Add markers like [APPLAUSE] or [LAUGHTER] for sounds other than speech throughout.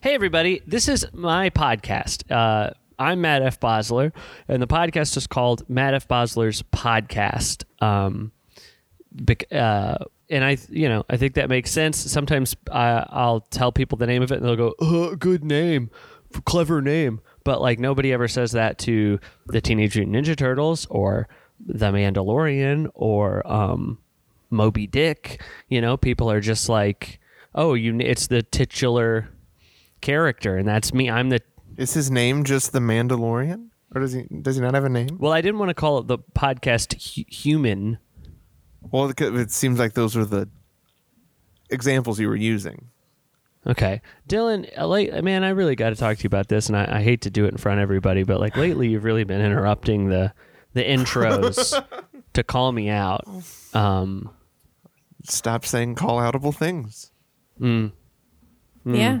Hey, everybody, this is my podcast. Uh, I'm Matt F. Bosler, and the podcast is called Matt F. Bosler's Podcast. Um, bec- uh, and I, you know, I think that makes sense. Sometimes I, I'll tell people the name of it, and they'll go, "Uh, "Good name, F- clever name," but like nobody ever says that to the Teenage Mutant Ninja Turtles or the Mandalorian or um, Moby Dick. You know, people are just like, "Oh, you," it's the titular character, and that's me. I'm the Is his name just the Mandalorian, or does he does he not have a name? well. I didn't want to call it the podcast hu- human. Well, it could- it seems like those are the examples you were using. Okay, Dylan, uh, late, man, I really got to talk to you about this, and I, I hate to do it in front of everybody, but like lately, you've really been interrupting the the intros [LAUGHS] to call me out. Um, Stop saying call outable things. Hmm. Yeah.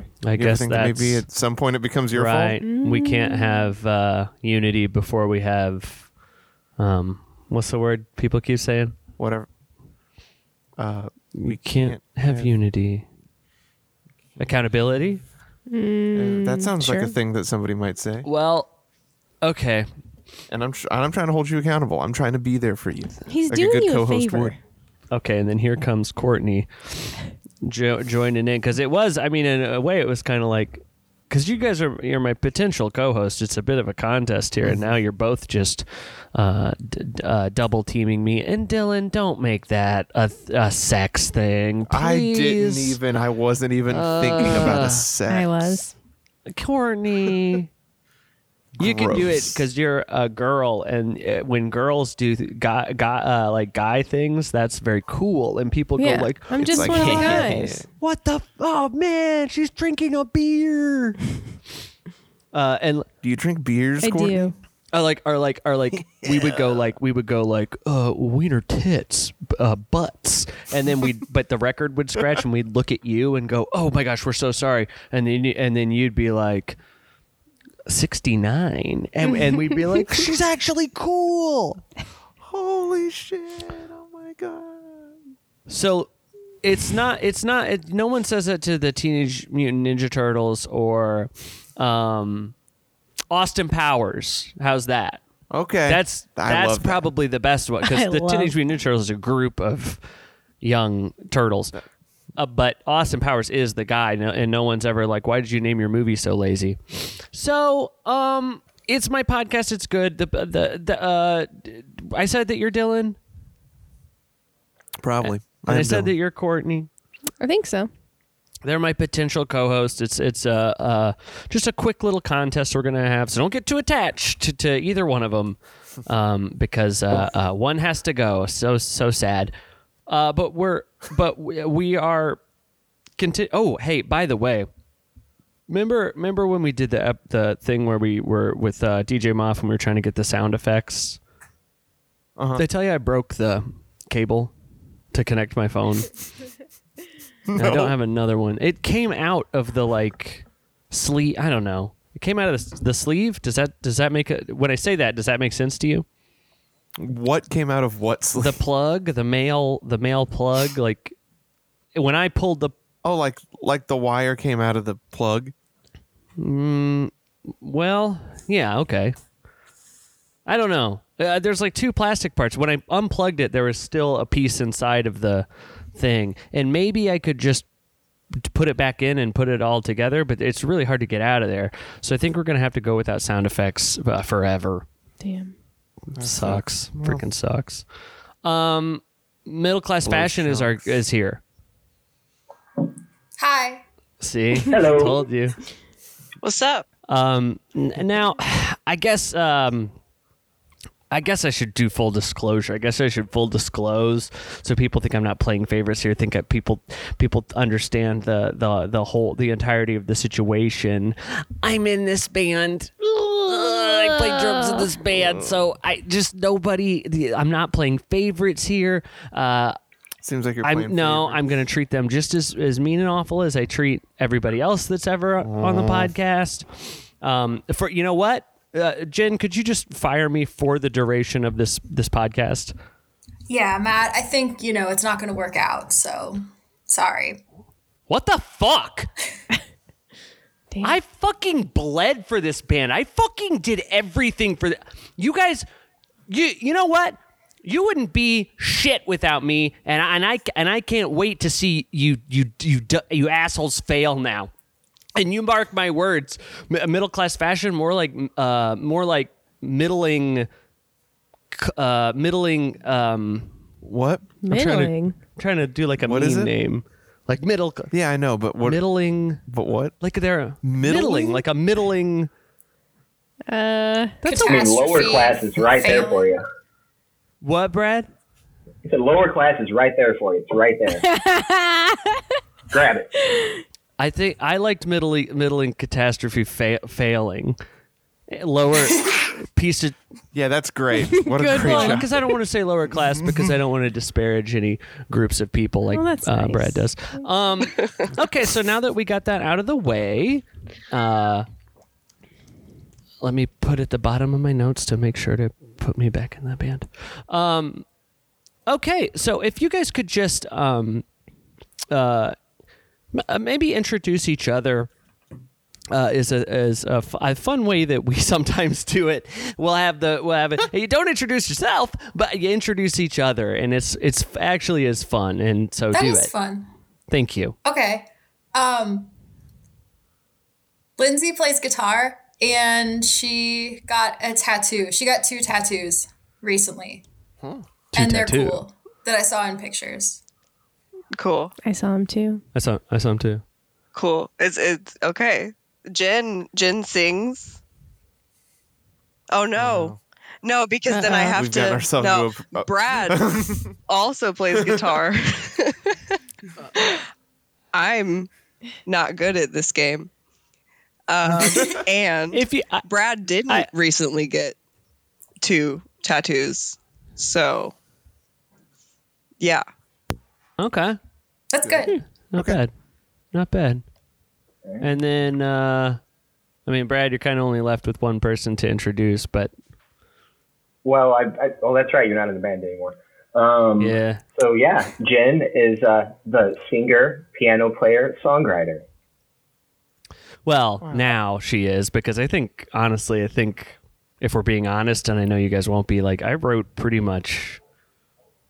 I You ever guess think that that's maybe at some point it becomes your right. fault? Mm. We can't have uh, unity before we have um, what's the word people keep saying? Whatever. Uh, We can't, have, unity. Accountability. uh, that sounds like Mm, a sure. thing that somebody might say, Well, okay. and I'm tr- and I'm trying to hold you accountable. I'm trying to be there for you. He's like doing a good you a co-host favor. would. Okay, and then here comes Courtney jo- joining in because it was. I mean, in a way, it was kind of like because you guys are you're my potential co-host. It's a bit of a contest here, and now you're both just uh, d- d- uh, double teaming me. And Dylan, don't make that a, th- a sex thing. I didn't please. even. I wasn't even thinking about a sex. Uh, I was. Courtney. You can do it Gross. because you're a girl, and uh, when girls do th- guy, guy, uh, like guy things, that's very cool, and people Yeah. go like, I'm It's just like- [LAUGHS] one of the guys. What the? F- oh man, she's drinking a beer. [LAUGHS] uh, and Do you drink beers? I Courtney? do. are like are like are like we would go like we would go like uh wiener tits b- uh butts and then we would but the record would scratch and we'd look at you and go oh my gosh we're so sorry and then you- and then you'd be like 69 and and we'd be like [LAUGHS] she's actually cool Holy shit! Oh my god. So it's not it's not it, no one says that to the teenage mutant ninja turtles or um Austin Powers. How's that? Okay. That's I that's love that. probably the best one [LAUGHS] I cuz the love- teenage mutant ninja turtles is a group of young turtles. Uh, but Austin Powers is the guy no, and no one's ever like why did you name your movie so lazy? So, um it's my podcast. It's good. The the, the uh d- I said that you're Dylan. probably. And I, am said dumb. that you're Courtney. I think so. they're my potential co-host. It's it's a uh, uh, just a quick little contest we're gonna have, so don't get too attached to, to either one of them, um, because uh, uh, one has to go. So so sad. Uh, but we're but we, we are. Conti- oh hey, by the way, remember remember when we did the ep- the thing where we were with uh, DJ Moff and we were trying to get the sound effects? Uh-huh. Did I tell you I broke the cable to connect my phone? [LAUGHS] And I don't have another one. It came out of the like sleeve. I don't know. It came out of the, the sleeve. Does that does that make a, when I say that does that make sense to you? What came out of what sleeve? The plug, the male, the male plug. Like when I pulled the oh, like like the wire came out of the plug. well, yeah, okay. I don't know. Uh, there's like two plastic parts. When I unplugged it, there was still a piece inside of the thing, and maybe I could just t- put it back in and put it all together. But it's really hard to get out of there. So I think we're gonna have to go without sound effects uh, forever. Damn. sucks. Freaking sucks. Um, middle class fashion is our is here. Hi. See, hello. Told you. What's up? Um, n- now, I guess um, I guess I should do full disclosure. I guess I should full disclose so people think I'm not playing favorites here. Think that people people understand the the the whole the entirety of the situation. I'm in this band. Ugh, I play drums in this band, so I just nobody. the- I'm not playing favorites here. Uh, Seems like you're I'm playing. no, favorites. I'm going to treat them just as as mean and awful as I treat everybody else that's ever on Oh. the podcast. Um, for you know what, uh, Jen, could you just fire me for the duration of this this podcast? Yeah, Matt, I think, you know, it's not going to work out. So sorry. What the fuck? [LAUGHS] Damn. I fucking bled for this band. I fucking did everything for th- you guys. You you know what? You wouldn't be shit without me, and I, and I and I can't wait to see you you you d- you assholes fail now. And you mark my words, m- middle class fashion, more like uh, more like middling, c- uh, middling. Um, What? middling. trying to do like a What meme is it? name, like middle cl- Yeah, I know, but what? middling, But what? like they're Middling? middling, like a middling. Uh, That's I mean, lower class is right there for you. What, Brad? He said lower class is right there for you. It's right there. Grab it. I think I liked middling, middling catastrophe fa- failing. Lower piece of Yeah, [LAUGHS] that's great. What a Good great one. job. because I don't want to say lower class because I don't want to disparage any groups of people like Well, that's uh, nice. Brad does. [LAUGHS] Um, okay, so now that we got that out of the way, uh, let me put at the bottom of my notes to make sure to put me back in that band. Um, okay, so if you guys could just um, uh, m- uh, maybe introduce each other uh, is a is a, f- a fun way that we [LAUGHS] sometimes do it. We'll have the we'll have it. [LAUGHS] You don't introduce yourself, but you introduce each other, and it's it's f- actually is fun. And so That do was it. fun. Thank you. Okay. Um, Lindsay plays guitar and she got a tattoo. She got two tattoos recently. Two and tattoo. they're cool that I saw in pictures. Cool. I saw him too. I saw I saw him too. Cool. It's it's okay. Jen Jen sings. Oh no. No, because then [LAUGHS] I Uh-oh. have We've to. gotten ourselves no, into a- uh, [LAUGHS] Brad also plays guitar. [LAUGHS] I'm not good at this game, [LAUGHS] um, and If you I, Brad didn't I- recently get two tattoos, so yeah. okay, That's good. not bad, not bad. And then uh, I mean, Brad, you're kind of only left with one person to introduce, but Well, I, I oh that's right. You're not in the band anymore. Um, yeah, So yeah, Jen is uh, the singer, piano player, songwriter. Well, now she is because I think honestly, I think if we're being honest, and I know you guys won't be, like I wrote pretty much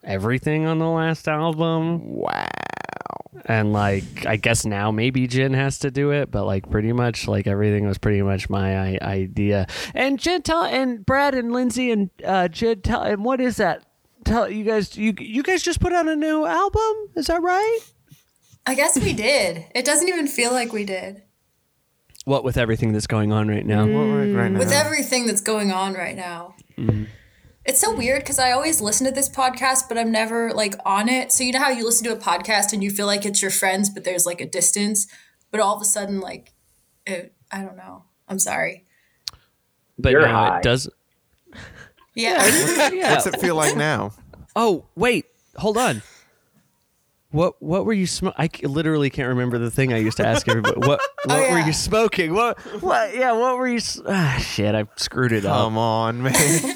everything on the last album, wow. and like I guess now maybe Jen has to do it, but like pretty much like everything was pretty much my I- idea. And Jen, tell and Brad and Lindsay and uh, Jen, tell and what is that? Tell you guys, you you guys just put out a new album, is that right? I guess we did. It doesn't even feel like we did. What with everything that's going on right now? What right, right now? With everything that's going on right now. It's so weird because I always listen to this podcast, but I'm never like on it. So you know how you listen to a podcast and you feel like it's your friends, but there's like a distance. But all of a sudden, like, it, I don't know. I'm sorry. But You're now high. it does. Yeah. [LAUGHS] Yeah. What's it feel like now? Oh wait, hold on. What what were you smoking? I c- literally can't remember the thing I used to ask everybody. What what were yeah. you smoking? What what yeah? What were you? s- Ah, shit, I screwed it up. Come on, man.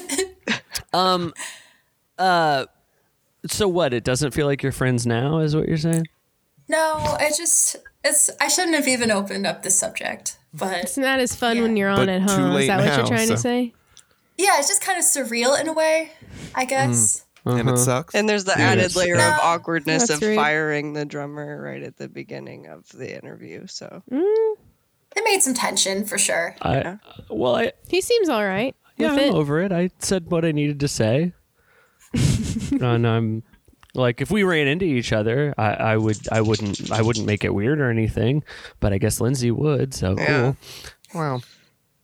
So what? It doesn't feel like your friends now, is what you're saying? [LAUGHS] no, I just, it's, I shouldn't have even opened up this subject. But It's not as fun Yeah. when you're on But at too home. Is late that what now, you're trying to so- say? yeah, it's just kind of surreal in a way, I guess. and Uh-huh. it sucks. And there's the that's- added layer of No. awkwardness That's of rude. firing the drummer right at the beginning of the interview. So It made some tension for sure. I well, I He seems all right yeah, with I'm it. over it. I said what I needed to say, and I'm like, if we ran into each other, I, I would I wouldn't I wouldn't make it weird or anything. But I guess Lindsay would, so Yeah. cool. wow.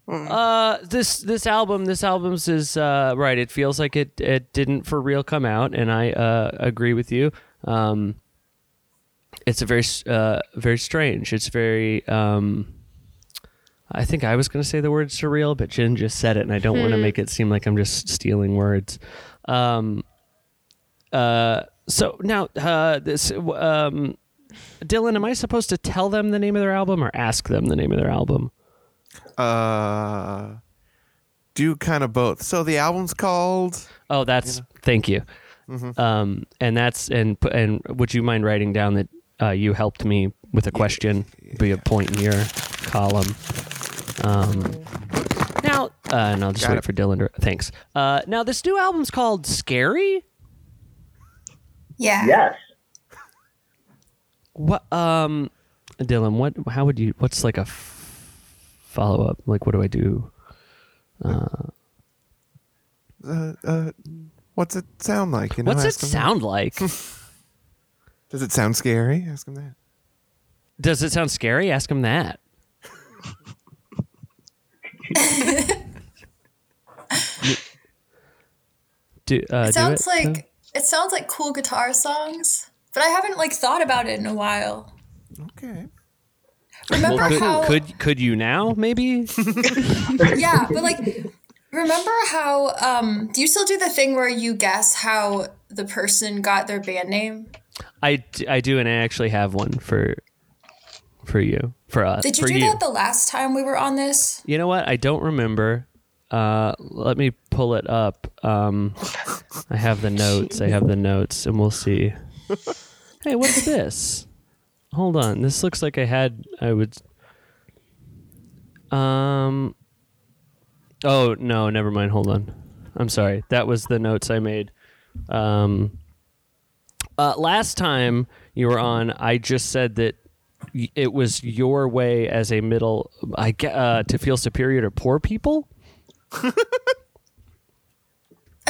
Uh, this this album, this album's is uh right. It feels like it it didn't for real come out, and I uh agree with you. Um, it's a very s- uh very strange. It's very um. I think I was gonna say the word surreal, but Jen just said it, and I don't want to make it seem like I'm just stealing words. Um. Uh. So now, uh, this um. Dylan, am I supposed to tell them the name of their album or ask them the name of their album? Uh, do kind of both. So the album's called. Oh, that's thank you. Mm-hmm. Um, and that's and p- and would you mind writing down that uh, you helped me with a question, be a point in your column. Um, now, uh, no, just Got wait it. for Dylan. To, thanks. Uh, now, this new album's called Scary. Yeah. Yes. What, um, Dylan? What? How would you? What's like a f- follow up? Like, what do I do? Uh, uh, what's it sound like? You know, What's it ask him that. sound like? [LAUGHS] Does it sound scary? Ask him that. Does it sound scary? Ask him that. do, uh, do It sounds it, like though? it sounds like cool guitar songs, but I haven't like thought about it in a while. Okay. Remember Well, how? could, could could you now maybe? [LAUGHS] Yeah, but like, remember how? Um, do you still do the thing where you guess how the person got their band name? I, d- I do, and I actually have one for for you for us Did you for do you. that the last time we were on this? you know what? I don't remember. Uh, let me pull it up. Um, I have the notes. I have the notes, and we'll see. Hey, what's this? Hold on. This looks like I had. I would. Um. Oh no! Never mind. Hold on. I'm sorry. That was the notes I made. Um. Uh, last time you were on, I just said that y- it was your way as a middle, I ge- uh, to feel superior to poor people. I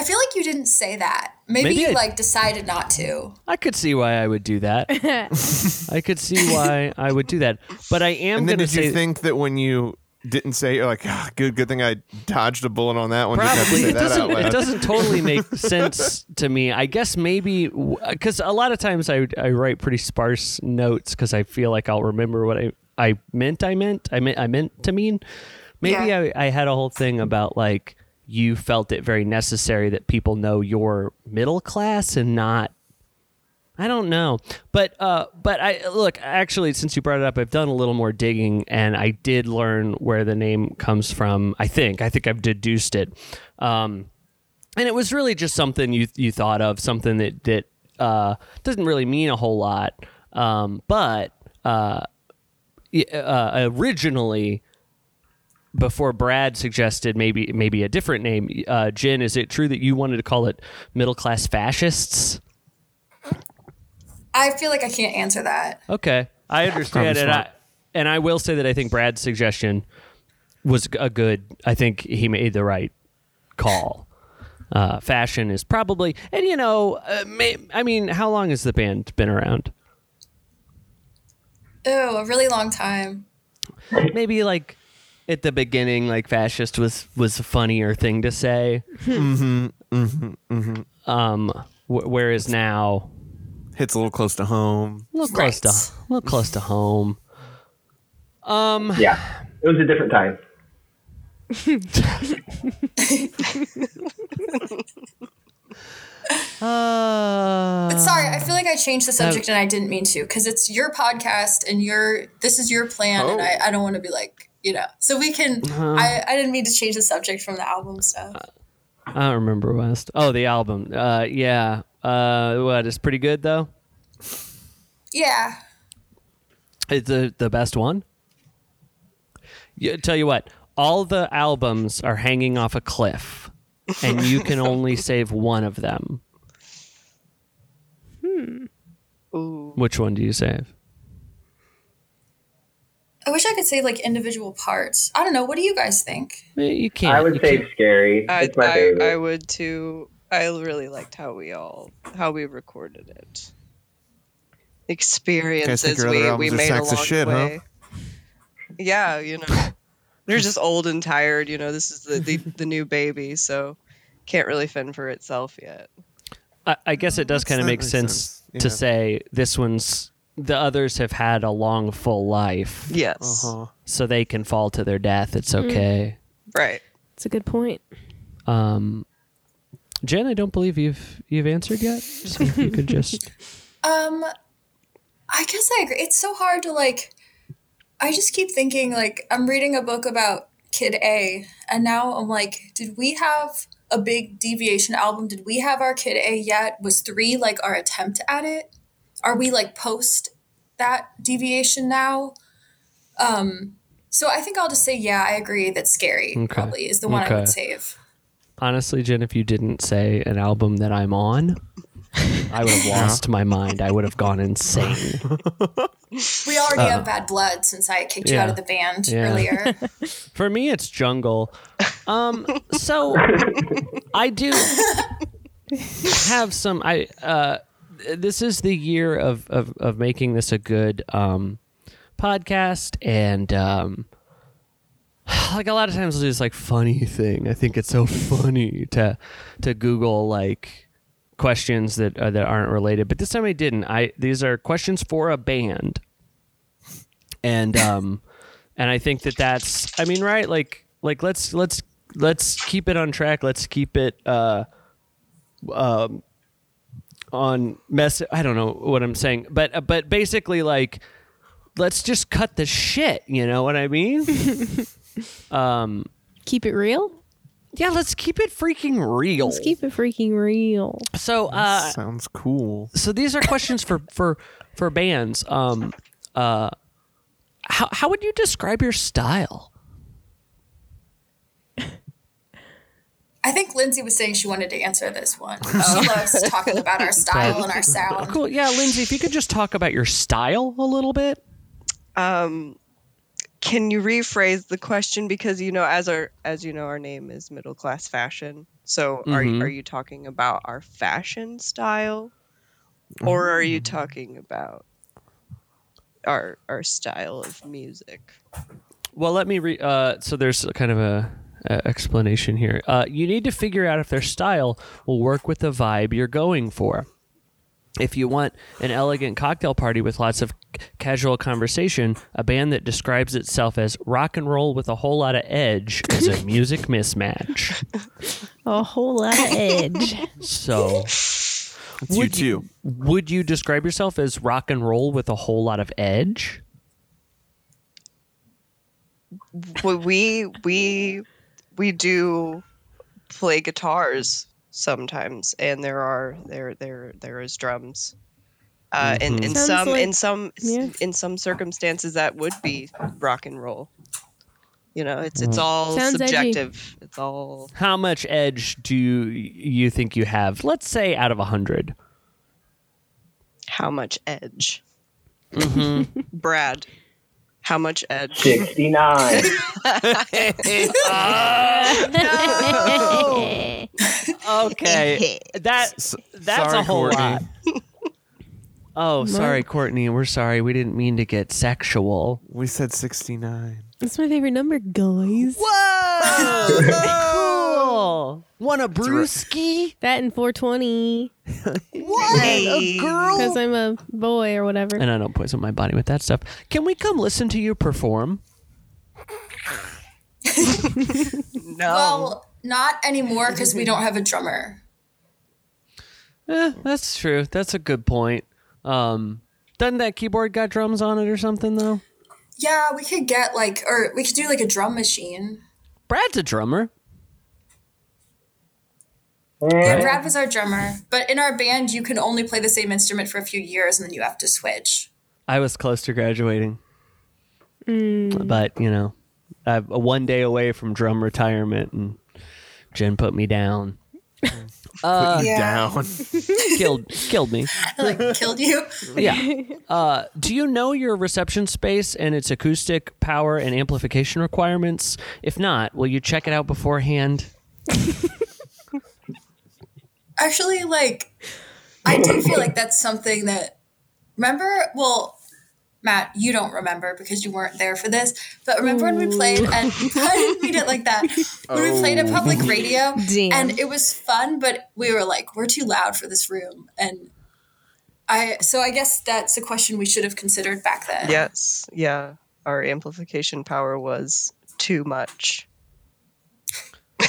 feel like you didn't say that. Maybe, Maybe you I- like decided not to. I could see why I would do that. I could see why I would do that. But I am And then going to did say you think that when you didn't say, you're like, "Ah, good, good thing I dodged a bullet on that one. Didn't have to probably say it that out doesn't loud. it doesn't totally make sense to me. I guess maybe because a lot of times I I write pretty sparse notes because I feel like I'll remember what I I meant. I meant. I meant. I meant to mean. Maybe Yeah. I, I had a whole thing about like you felt it very necessary that people know you're middle class and not I don't know, but uh, but I look actually since you brought it up, I've done a little more digging, and I did learn where the name comes from. I think I think I've deduced it, um, and it was really just something you you thought of, something that that uh, doesn't really mean a whole lot, um, but uh, y- uh, originally before Brad suggested maybe maybe a different name, uh, Jen, is it true that you wanted to call it middle class fascists? I feel like I can't answer that. Okay, I understand, probably and I smart. and I will say that I think Brad's suggestion was a good. I think he made the right call. Uh, fashion is probably, and you know, uh, may, I mean, how long has the band been around? Oh, a really long time. Maybe like at the beginning, like fascist was was a funnier thing to say. mm-hmm, mm-hmm, mm-hmm. Um, wh- whereas now, [LAUGHS] Hits a little close to home. a little close to Right. a little close to home. Yeah. It was a different time. Uh, But sorry, I feel like I changed the subject and I didn't mean to because it's your podcast and your this is your plan and Oh. I, I don't want to be like you know. So we can. I I didn't mean to change the subject from the album stuff. I don't remember West. Oh, the album. Uh, yeah. Uh, what? It's pretty good though. Yeah. It's the the best one. Yeah, tell you what, all the albums are hanging off a cliff, and you [LAUGHS] can only save one of them. Ooh. Which one do you save? I wish I could say like individual parts. I don't know. What do you guys think? Eh, You can't. I would you say can't- scary. I, it's my I, favorite. I would too. I really liked how we all how we recorded it. think Experiences your other albums we, we are made sacks of along shit, the huh? way. Yeah, you know, they're just old and tired. You know, this is the, the the new baby, so can't really fend for itself yet. I, I guess it does kind of that make makes sense, sense. to Yeah. say this one's. The others have had a long, full life, Yes, Uh-huh. so they can fall to their death. It's Mm-hmm. okay. right. It's a good point. Um, Jen, I don't believe you've you've answered yet. So if you could just Um, I guess I agree. It's so hard to like. I just keep thinking like I'm reading a book about Kid A, and now I'm like, did we have a big deviation album? Did we have our Kid A yet? Was three like our attempt at it? Are we like post that deviation now. Um, so I think I'll just say, yeah, I agree that Scary Okay. probably is the one I Okay. would save. Honestly, Jen, if you didn't say an album that I'm on, I would have lost my mind. I would have gone insane. We already have Bad Blood since I kicked you Uh, Yeah. out of the band Yeah. [LAUGHS] earlier. For me, it's jungle. Um, so I do have some. I uh, this is the year of of, of making this a good um, podcast, and um, [SIGHS] like a lot of times, I'll do this like funny thing. I think it's so funny to to Google like questions that uh, that aren't related. But this time, I didn't. I these are questions for a band, and um. and I think that that's I mean right like like let's let's let's keep it on track let's keep it uh um on mess I don't know what I'm saying but uh, but basically like let's just cut the shit you know what I [LAUGHS] mean Keep it real. yeah let's keep it freaking real Let's keep it freaking real. so uh Sounds cool. so these are questions for for for bands um uh how how would you describe your style I think Lindsay was saying she wanted to answer this one. She loves talking about our style and our sound. cool yeah Lindsay if you could just talk about your style a little bit Can you rephrase the question because you know as our as you know our name is middle class fashion. So are are you talking about our fashion style or are you talking about our our style of music? Well, let me re. Uh, so there's kind of a, a explanation here. Uh, you need to figure out if their style will work with the vibe you're going for. If you want an elegant cocktail party with lots of c- casual conversation, a band that describes itself as rock and roll with a whole lot of edge is a music mismatch. A whole [LAUGHS] lot of edge. [LAUGHS] So, It's Would you too. would you describe yourself as rock and roll with a whole lot of edge? Well, we we we do play guitars sometimes and there are there there there is drums uh and in Sounds some in like- some yeah. in some circumstances that would be rock and roll you know it's it's all Sounds edgy. subjective it's all How much edge do you, you think you have? Let's say out of a hundred. how much edge brad how much edge [LAUGHS] 69. Okay, that that's sorry, a whole Courtney. lot. [LAUGHS] Oh, sorry, Courtney. We're sorry. We didn't mean to get sexual. We said 69. That's my favorite number, guys. Whoa! [LAUGHS] cool. Want a brewski? That and 420 Hey. because I'm a boy or whatever. And I don't poison my body with that stuff. Can we come listen to you perform? no Well, not anymore because we don't have a drummer. Eh, that's true. That's a good point. Um, doesn't that keyboard got drums on it or something though? Yeah, we could get like, or we could do like a drum machine. Brad's a drummer. Yeah, Brad was our drummer, but in our band, you can only play the same instrument for a few years and then you have to switch. I was close to graduating, but you know, I'm a one day away from drum retirement, and Jen put me down, Put you Yeah. down. killed killed me. like killed you. Yeah. Uh, do you know your reception space and its acoustic power and amplification requirements? If not, will you check it out beforehand? Actually, like, I do feel like that's something that, remember, well, Matt, you don't remember because you weren't there for this, but remember when we played at, [LAUGHS] I didn't mean it like that. When we played at public radio Damn. and it was fun, but we were like, we're too loud for this room. And I, so I guess that's a question we should have considered back then. yes yeah our amplification power was too much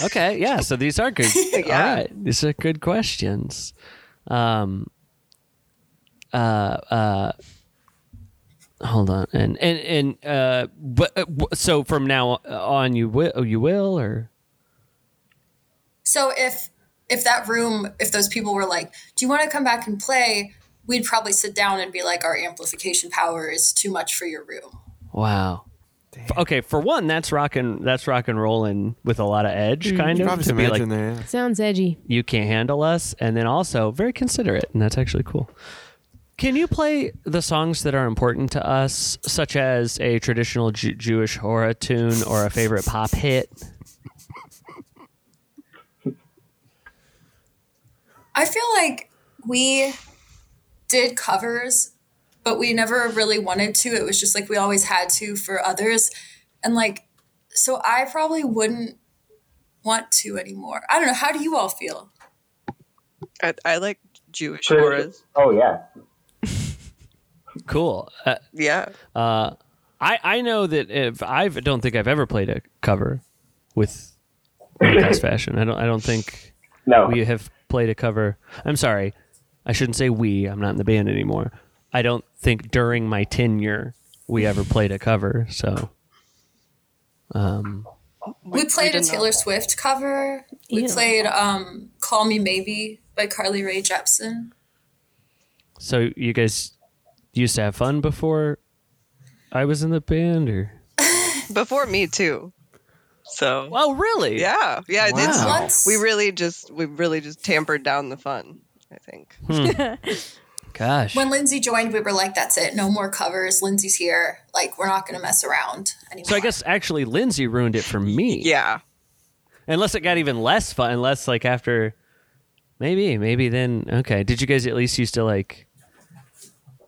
Okay, yeah. So these are good. Yeah. All right, these are good questions. Um, uh, uh, hold on, and and and uh, but uh, w- so from now on, you will oh, you will or So if if that room, if those people were like, "Do you want to come back and play?" we'd probably sit down and be like, our amplification power is too much for your room. Wow. F- Okay, for one, that's rocking. That's rock and rolling with a lot of edge, kind of. Probably to some be edge like, in there. Yeah. Sounds edgy. you can't handle us, and then also very considerate, and that's actually cool. Can you play the songs that are important to us, such as a traditional Ju- Jewish horror tune or a favorite pop hit? I feel like we did covers, but we never really wanted to. It was just like we always had to for others. And like, so I probably wouldn't want to anymore. I don't know. How do you all feel? I, I like Jewish Sure. auras. Oh yeah. Cool. Uh, Yeah. I I know that if I don't think I've ever played a cover with Cast Fashion. I don't I don't think No. we have played a cover. I'm sorry. I shouldn't say we. I'm not in the band anymore. I don't think during my tenure we ever played a cover. So We, played a Taylor Swift cover. We Ew. played um, Call Me Maybe by Carly Rae Jepsen. so you guys used to have fun before I was in the band or Before me too. So Oh, really? yeah, yeah. It's, Wow. Once we really just we really just tampered down the fun. I think. Gosh. when Lindsay joined, we were like, that's it. No more covers. Lindsay's here. Like, we're not going to mess around anymore. so I guess actually Lindsay ruined it for me. Yeah. Unless it got even less fun, unless like after maybe, maybe then okay. Did you guys at least used to like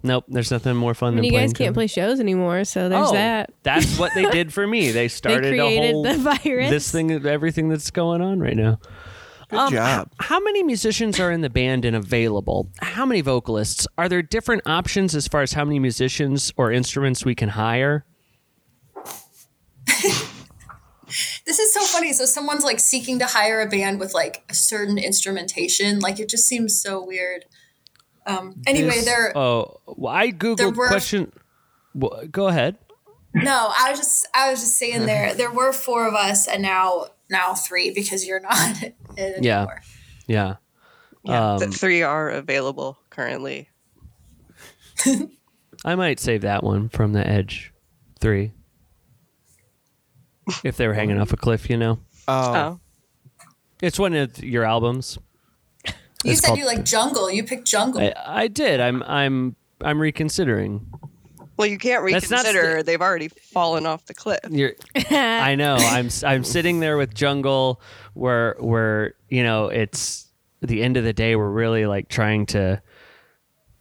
Nope, there's nothing more fun And than you playing guys can't cover. play shows anymore, so there's oh, that. That's [LAUGHS] what they did for me. They They started a created whole the [LAUGHS] virus. this thing everything that's going on right now. Good job. How many musicians are in the band and available? How many vocalists? Are there different options as far as how many musicians or instruments we can hire? This is so funny. So someone's like seeking to hire a band with like a certain instrumentation. Like it just seems so weird. Um, anyway, This- there. Oh, well, I there googled were- question. Well, go ahead. No, I was just I was just [LAUGHS] saying there. There were four of us, and now now three because you're not [LAUGHS] in anymore. Yeah. Yeah. Yeah. Um, the three are available currently. I might save that one from the edge three. If they were hanging off a cliff, you know, Oh, Oh. it's one of your albums. You It's said called- you like jungle. You picked jungle. I, I did. I'm I'm I'm reconsidering. Well, you can't That's not reconsider. sti- They've already fallen off the cliff. You're, [LAUGHS] I know. I'm I'm sitting there with Jungle, where where you know it's the end of the day. We're really like trying to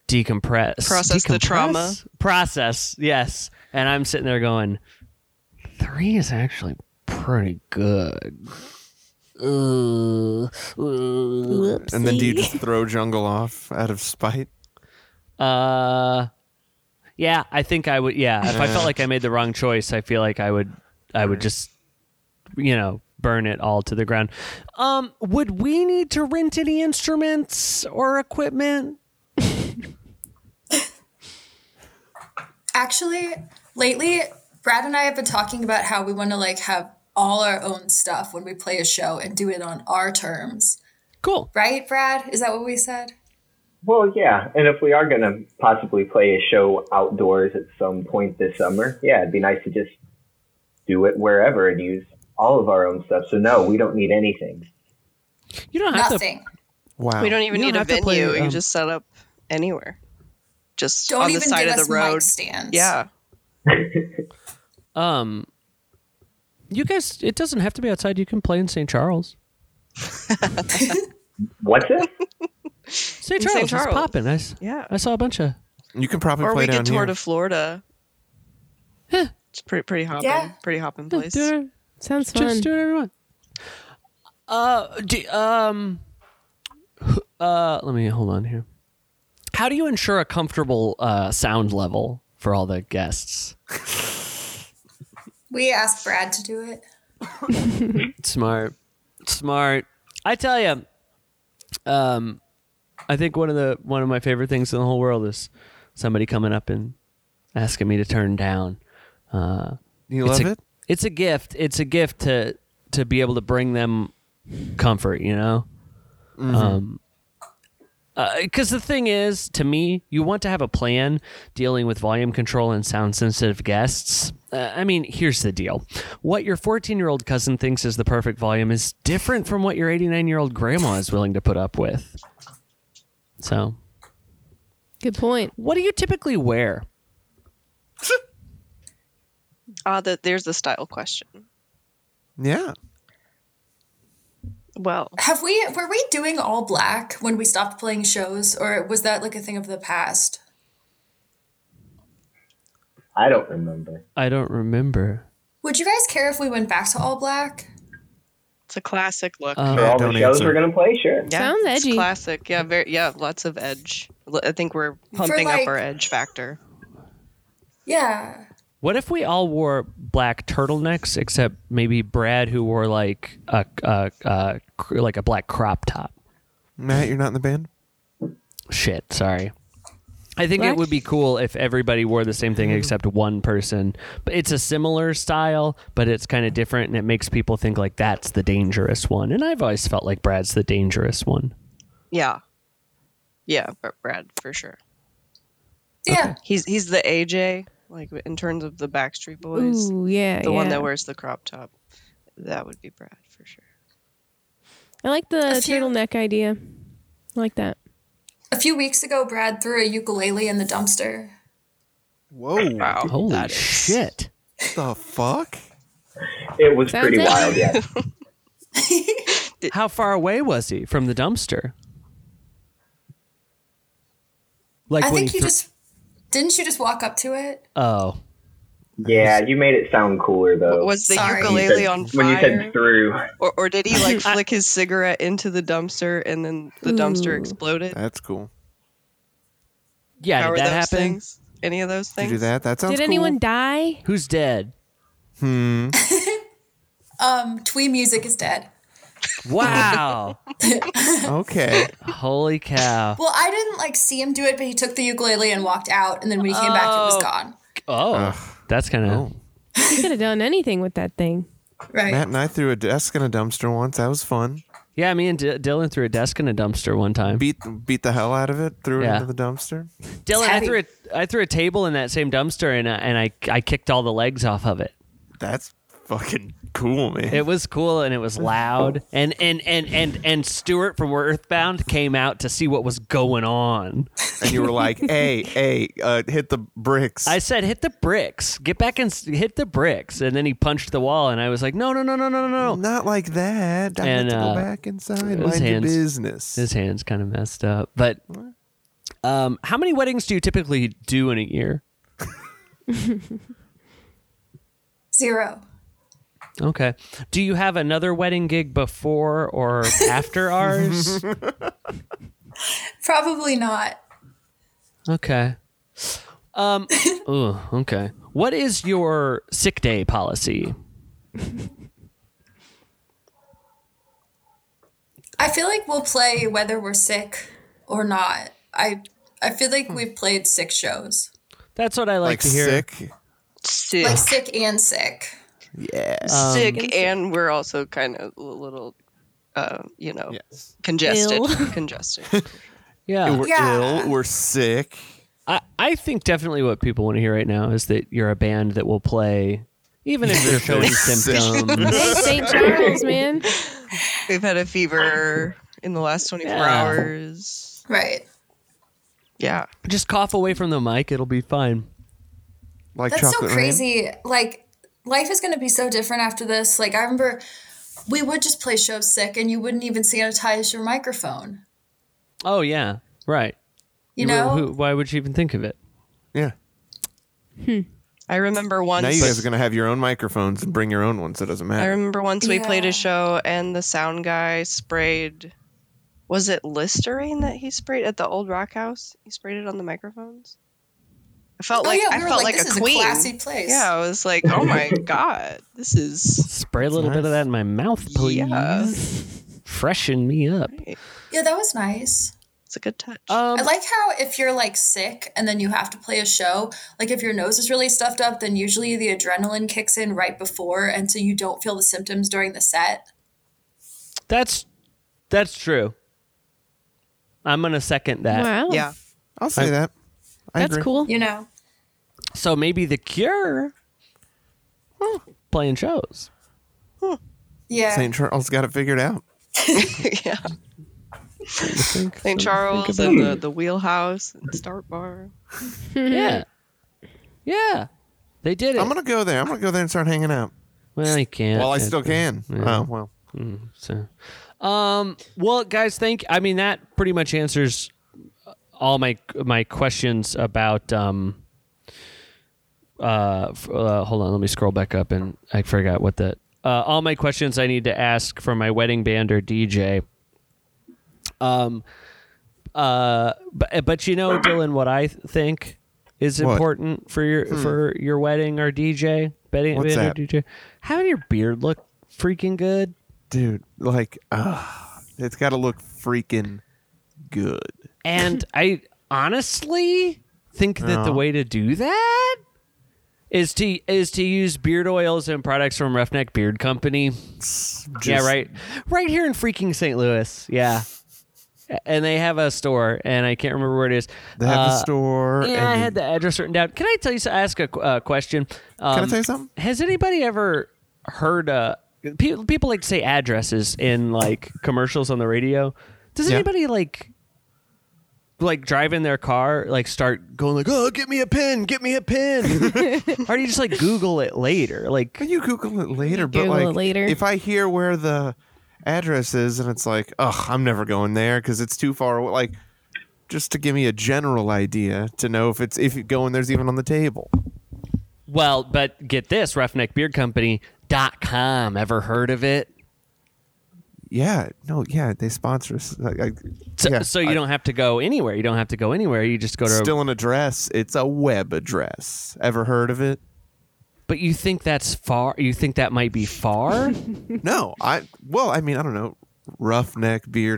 decompress, Process the Decompress? trauma. process. Yes, and I'm sitting there going, three is actually pretty good. Ugh. Whoopsie. and then do you just throw jungle off out of spite? Uh, yeah, I think I would. Yeah, if I felt like I made the wrong choice, I feel like I would. I would just, you know, burn it all to the ground. Um, would we need to rent any instruments or equipment? Actually, lately, Brad and I have been talking about how we want to like have all our own stuff when we play a show and do it on our terms. Cool. Right, Brad? Is that what we said? Well, yeah, and if we are going to possibly play a show outdoors at some point this summer, yeah, it'd be nice to just do it wherever and use all of our own stuff. So no, we don't need anything. You don't have Nothing. Wow. We don't e even You need don't a have to venue. play, um, you just set up anywhere. Just Don't on even the side give of us the road. mic stands. Yeah. to. Um, you guys, it doesn't have to be outside. You can play in St. Charles. What's [LAUGHS] it? St. In St. Charles, is Charles. popping. I, s- Yeah. I saw a bunch of. You can probably Or play we down could tour here. to Florida. It's pretty pretty hopping. Yeah. Pretty hopping place. Do it. Sounds fun. Just do it, everyone. Uh, do, um, uh, let me hold on here. How do you ensure a comfortable uh, sound level for all the guests? We asked Brad to do it. Smart, smart. I tell you, um, I think one of the one of my favorite things in the whole world is somebody coming up and asking me to turn down. Uh, You love it's a, it? It's a gift. It's a gift to to Mm-hmm. be able to bring them comfort. You know, um, because the thing is, to me, you want to have a plan dealing with volume control and sound sensitive guests. Uh, I mean, here's the deal what your 14 year old cousin thinks is the perfect volume is different from what your 89 year old grandma is willing to put up with. So, Good point. what do you typically wear? Ah, the, there's the style question. Yeah. Well, Have we were we doing all black when we stopped playing shows, or was that like a thing of the past? I don't remember. I don't remember. Would you guys care if we went back to all black? it's a classic look. Um, For all the don't shows answer. we're gonna play, sure. yeah, Sounds it's edgy. classic. Yeah, very, yeah, lots of edge. L- I think we're pumping like- up our edge factor. Yeah. What if we all wore black turtlenecks, except maybe Brad, who wore like a, a, a cr- like a black crop top? Matt, you're not in the band? Shit, sorry. I think it Black? would be cool if everybody wore the same thing except one person. But it's a similar style, but it's kind of different, and it makes people think like that's the dangerous one. And I've always felt like Brad's the dangerous one. Yeah, yeah, Br- Brad for sure. Yeah. He's he's the AJ like in terms of the Backstreet Boys, Ooh, yeah. the one yeah. that wears the crop top. That would be Brad for sure. I like the A few- turtleneck idea. I like that. A few weeks ago, Brad threw a ukulele in the dumpster. Whoa. Wow, Holy that is- shit. the fuck? It was Sounds pretty like- wild, yeah. How far away was he from the dumpster? Like I when think he you thre- just didn't you just walk up to it? Oh. Yeah, you made it sound cooler though. Was the Sorry. When you ukulele said- on When you fire? said through, Or, or did he [LAUGHS] like flick his cigarette into the dumpster and then the dumpster Ooh. exploded? That's cool. Yeah, How did are that those happen? things? Any of those Did things? you do that? That sounds Did anyone [LAUGHS] cool. die? Who's dead? Hmm. Um, Twee music is dead. Wow. Okay. Holy cow. Well, I didn't like see him do it, but he took the ukulele and walked out, and then when he came back, it was gone. Oh. That's kind of You could have done anything with that thing. Right. Matt and I threw a desk in a dumpster once. That was fun. Yeah, me and D- Dylan threw a desk in a dumpster one time. Beat beat the hell out of it. Threw Yeah. it into the dumpster. Dylan, I Heavy. threw a, I threw a table in that same dumpster and I, and I I kicked all the legs off of it. That's fucking cool, man. It was cool and it was loud and and and and and Stuart from Earthbound came out to see what was going on. and you [LAUGHS] were like, "Hey, hey, uh, hit the bricks." I said, "Hit the bricks, get back and s- hit the bricks," and then he punched the wall and I was like, "No, no, no, no, no, no, no." Not like that. I And, had to uh, go back inside. his Mind your hands- business. His hands kind of messed up, but. Um, how many weddings do you typically do in a year? Zero. Okay. Do you have another wedding gig before or [LAUGHS] after ours? Probably not. Okay. [COUGHS] Um. ooh, okay. What is your sick day policy? I feel like we'll play whether we're sick or not. I I feel like we've played sick shows. That's what I like, like to hear. sick. Sick, Like sick and sick. Yeah. Um, sick, and we're also kind of a little, uh, you know, Yes. congested, Ill. [LAUGHS] congested. Yeah. We're Yeah. ill. We're sick. I, I think definitely what people want to hear right now is that you're a band that will play, even if you're showing [LAUGHS] Sick. symptoms. Hey, St. Charles, man. We've had a fever in the last 24 Yeah. hours. Right. Yeah, Just cough away from the mic. It'll be fine. Like That's so chocolate rain. crazy. Like life is gonna be so different after this. Like I remember we would just play shows sick and you wouldn't even sanitize your microphone. Oh yeah. Right. You know? who, why would you even think of it? Yeah. I remember Now you guys once. are gonna have your own microphones and bring your own ones. It doesn't I matter. remember once we played Yeah. a show and the sound guy sprayed. Was it Listerine that he sprayed at the old rock house? He sprayed it on the microphones. I felt oh like yeah, I we were felt like, like, this a is queen. a classy place. Yeah, I was like, [LAUGHS] oh my god, this is Spray a little bit of that in my mouth, please. Yeah. [LAUGHS] Freshen me up. Yeah, that was nice. it's a good touch. Um, I like how if you're like sick and then you have to play a show, like if your nose is really stuffed up, then usually the adrenaline kicks in right before, and so you don't feel the symptoms during the set. That's that's true. I'm gonna second that. Wow. [LAUGHS] Yeah. I'll say I- that. I That's agree. cool. You know, So maybe the Cure playing shows. yeah. St. Charles got it figured out. yeah. I think. St. Charles and the, the Wheelhouse and Start Bar. Yeah, yeah, they did it. I'm gonna go there. I'm gonna go there and start hanging out. well, you can't. While I It- still can. Oh well. So, um, well, guys, thank. I mean, that pretty much answers all my my questions about. Um, uh, f- uh, hold on, let me scroll back up, and I forgot what that. Uh, all my questions I need to ask for my wedding band or DJ. Um, uh, but but you know, Dylan, what I th- think is What? Hmm. important for your for your wedding or DJ betting What's band that? or DJ, having your beard look freaking good. Dude, like ah, it's gotta look freaking good. And [LAUGHS] I honestly think that the No. way to do that is to is to use beard oils and products from Roughneck Beard Company. yeah, Just- right. Right here in freaking St. Louis. Yeah. And they have a store, and I can't remember where it is. They have Uh, a store. Yeah, I and- had the address written down. Can I tell you? so- Ask a qu- uh, question. Can Um, I tell you something? has anybody ever heard uh pe- people like to say addresses in like commercials on the radio? Does Yeah. anybody like like drive in their car like start going like oh get me a pin get me a [LAUGHS] pin or do you just like Google it later like Can you Google it later? but Google like, it later. if I hear where the address is and it's like, ugh, I'm never going there because it's too far away. Like, just to give me a general idea to know if it's if going there's even on the table. well but get this roughneckbeardcompany.com ever heard of it Yeah, no, yeah, they sponsor us. Like, I, so, yeah, so you I- don't have to go anywhere you don't have to go anywhere you just go to still an address. It's a web address. Ever heard of it? but you think that's far you think that might be [LAUGHS] far No, I. Well, I mean, I don't know. It's kinda long.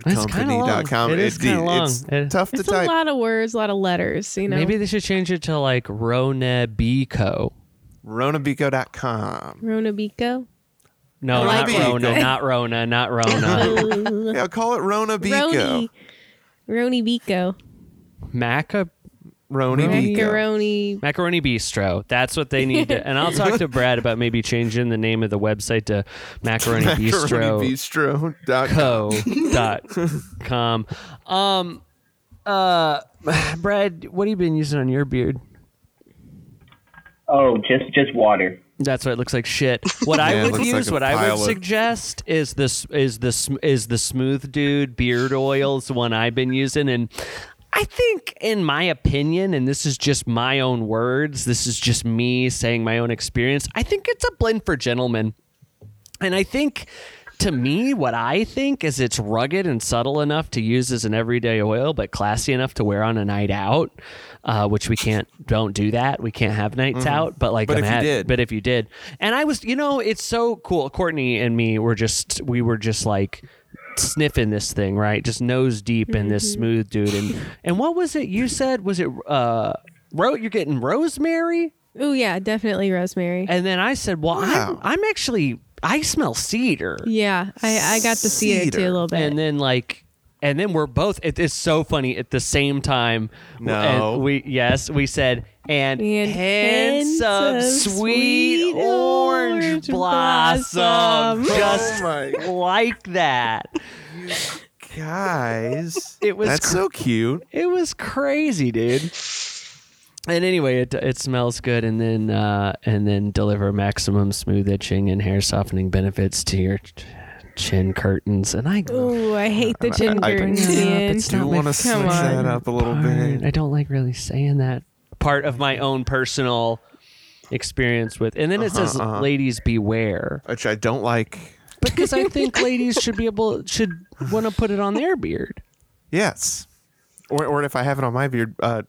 Roughneckbeardcompany.com. It is It- kinda long. It's It- tough to It's a type. lot of words, a lot of letters. You know. maybe they should change it to like ronebico Ronabico.com. Ronabico. No, Rona not Bico. Rona, [LAUGHS] not Rona, not Rona. Oh, Yeah, call it Ronabico. Roni. Roni Bico. Maca- Roni [LAUGHS] Bico. Macaroni. macaroni bistro. That's what they need [LAUGHS] to. And I'll talk to Brad about maybe changing the name of the website to [LAUGHS] macaroni bistro Bistro. dot co dot com. Um, uh, [SIGHS] Brad, what have you been using on your beard? Oh, just just water. That's what it looks like. Shit. What Yeah, it I would looks like use, a what I pile would of- suggest is this is this is the smooth dude beard oils the one I've been using, and I think, in my opinion, and this is just my own words, this is just me saying my own experience. I think it's a blend for gentlemen. And I think to me, what I think is it's rugged and subtle enough to use as an everyday oil, but classy enough to wear on a night out, uh, which we can't, don't do that. We can't have nights out, but like, Mm-hmm. But I'm if you at- did. but if you did, and I was, you know, it's so cool. Courtney and me were just, we were just like sniffing this thing, right? Just nose deep in this smooth dude. And, and what was it you said? Was it, uh, Ro- you're getting rosemary? Oh yeah, definitely rosemary. And then I said, well, Wow. I'm, I'm actually, I smell cedar. Yeah, I, I got to see it too Cedar. a little bit. and then like and then we're both it is so funny at the same time No. and we yes we said and, And hints hints of of sweet sweet orange orange blossom [LAUGHS] blossom. just Oh my like that guys. [LAUGHS] It was That's cr- so cute. it was crazy dude and anyway it, it smells good and then uh and then deliver maximum smooth itching and hair softening benefits to your ch- chin curtains and i oh, I hate the ginger. I- I- [LAUGHS] man. It's Do not my want to f- switch come on. that up a little Alright, bit? I don't like really saying that part of my own personal experience with. And then it says, uh-huh. "Ladies beware," Which I don't like. because I [LAUGHS] think ladies should be able should want to put it on their beard. Yes. Or, or if I have it on my beard, uh,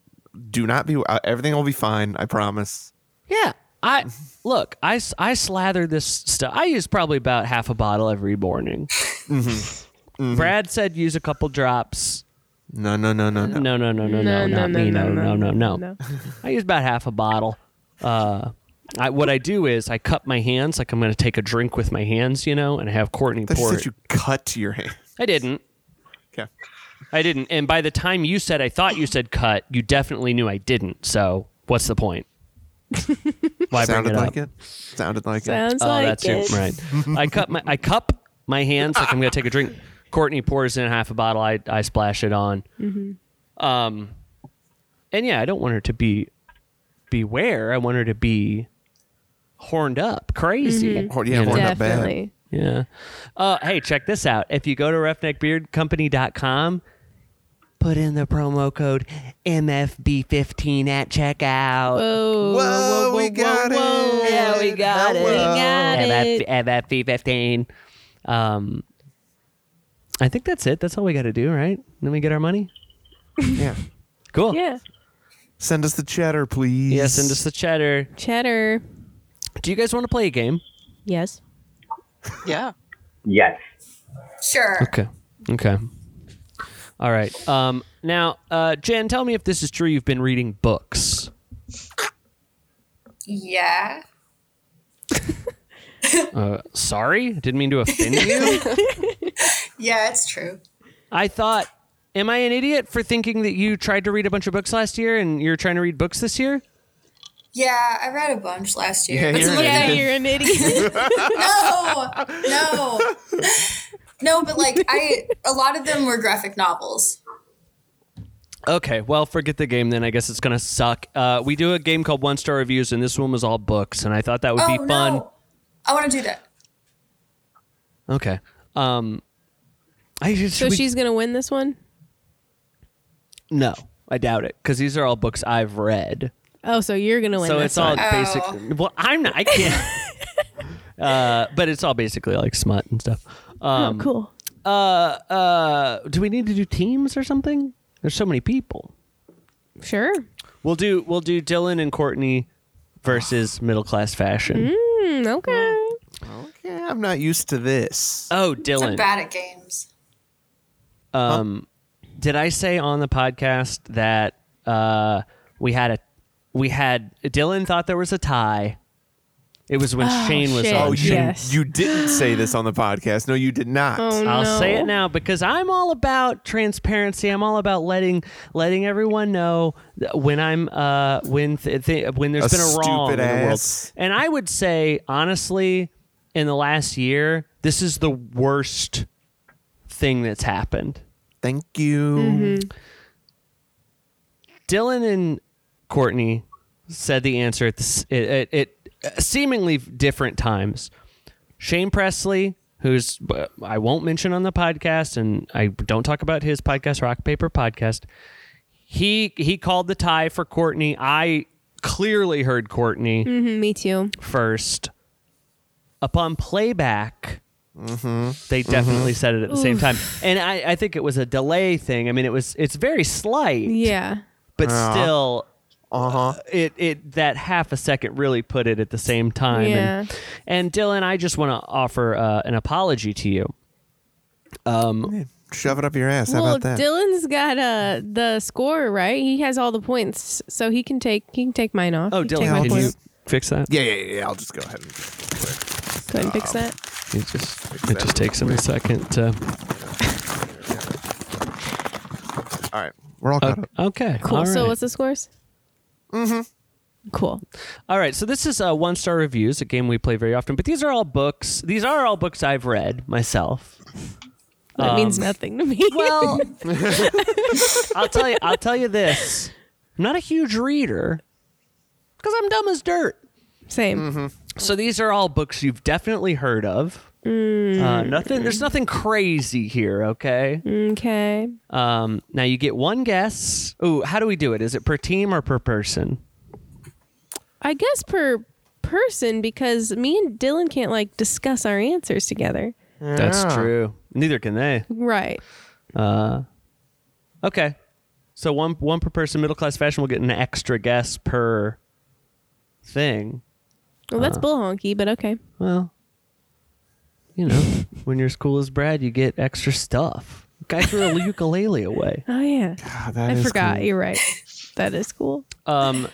do not be. Uh, everything will be fine. I promise. Yeah, I look. I s- I slather this stuff. I use probably about half a bottle every morning. Mm-hmm. Brad said use a couple drops. No, no, no, no, no. No, no, no, no, no, not me. No, no, no, no. I use about half a bottle. Uh, I, what I do is I cup my hands like I'm going to take a drink with my hands, you know, and I have Courtney That pour. [LAUGHS] said it. you cut your hand. I didn't. Okay. I didn't. And by the time you said I thought you said cut, you definitely knew I didn't. So what's the [LAUGHS] point? Why bring Sounded it up? like it. Sounded like it. Sounds oh, like that's it. it. Right. I cup my I cup my hands like I'm gonna take a drink. Courtney pours in half a bottle. I I splash it on. Mm-hmm. Um, and yeah, I don't want her to be beware. I want her to be horned up, crazy. Mm-hmm. Or- yeah, horned up bad. Definitely. Yeah. Uh, hey, check this out. If you go to roughneckbeardcompany.com, put in the promo code MFB15 at checkout. Whoa, Whoa, we got it. Yeah, we got it. Hello. We got MF, it. MFB15. Um, I think that's it. That's all we got to do, right? Then we get our money. Yeah. Cool. Yeah. Send us the cheddar, please. Yeah, send us the cheddar. Cheddar. Do you guys want to play a game? Yes. Yeah. Yes. Sure. Okay. Okay. All right. Um, now, uh, Jen, tell me if this is true. You've been reading books. Yeah. Uh, sorry, didn't mean to offend [LAUGHS] you. Yeah, it's true. I thought, am I an idiot for thinking that you tried to read a bunch of books last year and you're trying to read books this year? Yeah, I read a bunch last year. Yeah, That's you're another an thing. Yeah, you're an [LAUGHS] idiot. no, no, [LAUGHS] no. But like, I a lot of them were graphic novels. Okay, well, forget the game then. I guess it's gonna suck. Uh, we do a game called One Star Reviews, and this one was all books, and I thought that would oh be fun. no, I want to do that. Okay. Um, I just, so we- she's gonna win this one. no, I doubt it because these are all books I've read. Oh, so you're gonna win. so this it's all one. basic. Oh. Well, I'm not. I can't. [LAUGHS] uh, but it's all basically like smut and stuff. Oh, Um, cool. uh, uh, do we need to do teams or something? There's so many people. Sure. We'll do we'll do Dylan and Courtney versus middle class fashion. Hmm, okay. Okay, Oh, I'm not used to this. Oh, I'm Dylan. bad at games. Um, did I say on the podcast that uh, we had a we had Dylan thought there was a tie. It was when Oh, Shane was shit. on. oh, you yes. you didn't say this on the podcast. No, you did not. Oh, I'll no. say it now because I'm all about transparency. I'm all about letting letting everyone know that when I'm uh when th- th- when there's A been a wrong stupid in the world. ass. And I would say honestly, in the last year, this is the worst thing that's happened. Thank you. Mm-hmm. Dylan and Courtney said the answer at, the, s- at, at, at seemingly different times. Shane Presley, who's uh, I won't mention on the podcast, and I don't talk about his podcast, Rock Paper Podcast. He he called the tie for Courtney. I clearly heard Courtney Mhm, me too. first. Upon playback, they definitely said it at the same time, and I, I think it was a delay thing. I mean, it was it's very slight Yeah. but Uh-huh. still Uh huh. it it that half a second really put it at the same time and, and dylan i just want to offer uh, an apology to you Shove it up your ass. How Well, about that? Dylan's got uh the score right. He has all the points, so he can take he can take mine off. oh He can dylan take my can you points. fix that yeah, yeah, yeah, yeah. I'll just go ahead. and- Go ahead and Oh. fix that. it just it just takes him a second to All right, we're Uh, all caught up. okay Cool. all So right. what's the scores? Mm-hmm. Cool. All right, so this is uh, one star reviews, a game we play very often. But these are all books. These are all books I've read myself. That Um, means nothing to me. [LAUGHS] Well, I'll tell you. I'll tell you this. I'm not a huge reader because I'm dumb as dirt. [LAUGHS] Same. So these are all books you've definitely heard of. Uh, nothing. There's nothing crazy here. Okay. mm-hmm. Okay. Um, now you get one guess. Ooh, how do we do it? Is it per team or per person? I guess per person because me and Dylan can't like discuss our answers together. That's Yeah. true. Neither can they. Right. Okay. So one one per person. Middle class fashion will get an extra guess per thing. Well, Uh. that's bull honky, but okay. Well, you know, [LAUGHS] when you're as cool as Brad, you get extra stuff. Guy threw a ukulele away. Oh yeah. Ah, that I is [LAUGHS] forgot. cool. You're right. That is cool. Um,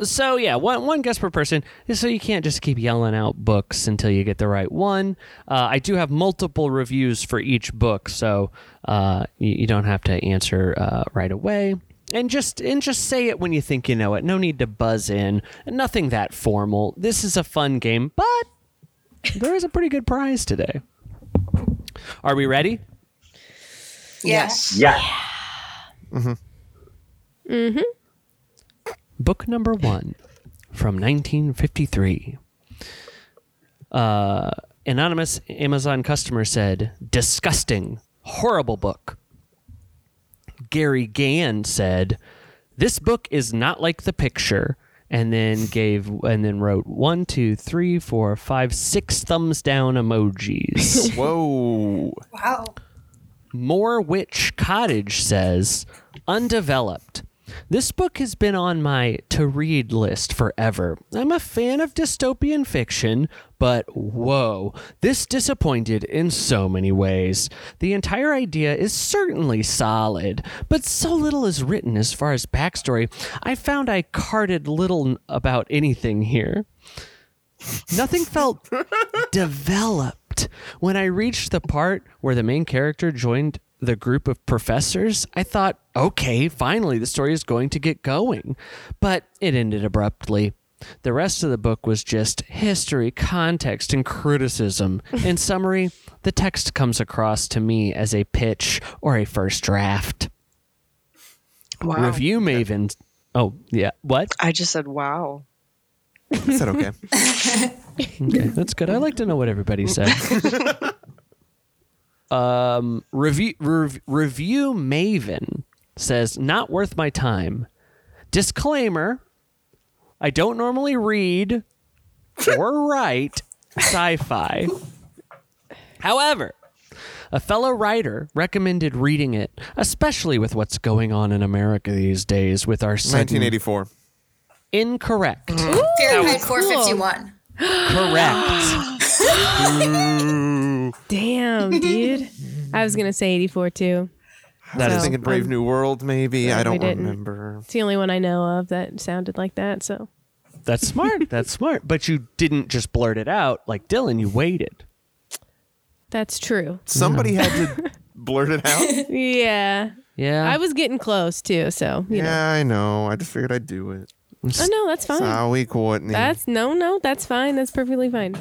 so yeah, one one guest per person. So you can't just keep yelling out books until you get the right one. Uh, I do have multiple reviews for each book, so uh, you, you don't have to answer uh, right away. And just and just say it when you think you know it. No need to buzz in. Nothing that formal. This is a fun game, but there is a pretty good prize today. Are we ready? Yes. Yeah. Book number one from 1953. Uh, anonymous Amazon customer said, disgusting, horrible book. Gary Gann said, this book is not like the picture. And then gave and then wrote one, two, three, four, five, six thumbs down emojis. [LAUGHS] Whoa. Wow. More Witch Cottage says, undeveloped. This book has been on my to read list forever. I'm a fan of dystopian fiction, but whoa, this disappointed in so many ways. The entire idea is certainly solid, but so little is written as far as backstory. I found I carded little about anything here. Nothing felt developed. When I reached the part where the main character joined the group of professors, I thought, okay, finally the story is going to get going. But it ended abruptly. The rest of the book was just history, context, and criticism. In summary, the text comes across to me as a pitch or a first draft. Wow. Review Maven. Oh, yeah. What? I just said wow. Is that [LAUGHS] okay? Okay, that's good. I like to know what everybody said. um, review rev, review Maven says not worth my time. Disclaimer: I don't normally read or write sci-fi. However, a fellow writer recommended reading it, especially with what's going on in America these days with our sudden 1984. incorrect. Fahrenheit 451. Correct. Damn, [LAUGHS] dude. I was gonna say 84 too. I That was is thinking Brave New World, maybe. I don't Um, didn't. remember. It's the only one I know of that sounded like that. So That's [LAUGHS] smart. That's smart. But you didn't just blurt it out like Dylan. You waited. that's true. Somebody had to blurt it out. [LAUGHS] Yeah, Yeah. I was getting close too. So you know. Yeah, I know. I just figured I'd do it. Oh no, that's fine. Sorry, Courtney. That's no, no, that's fine. That's perfectly fine.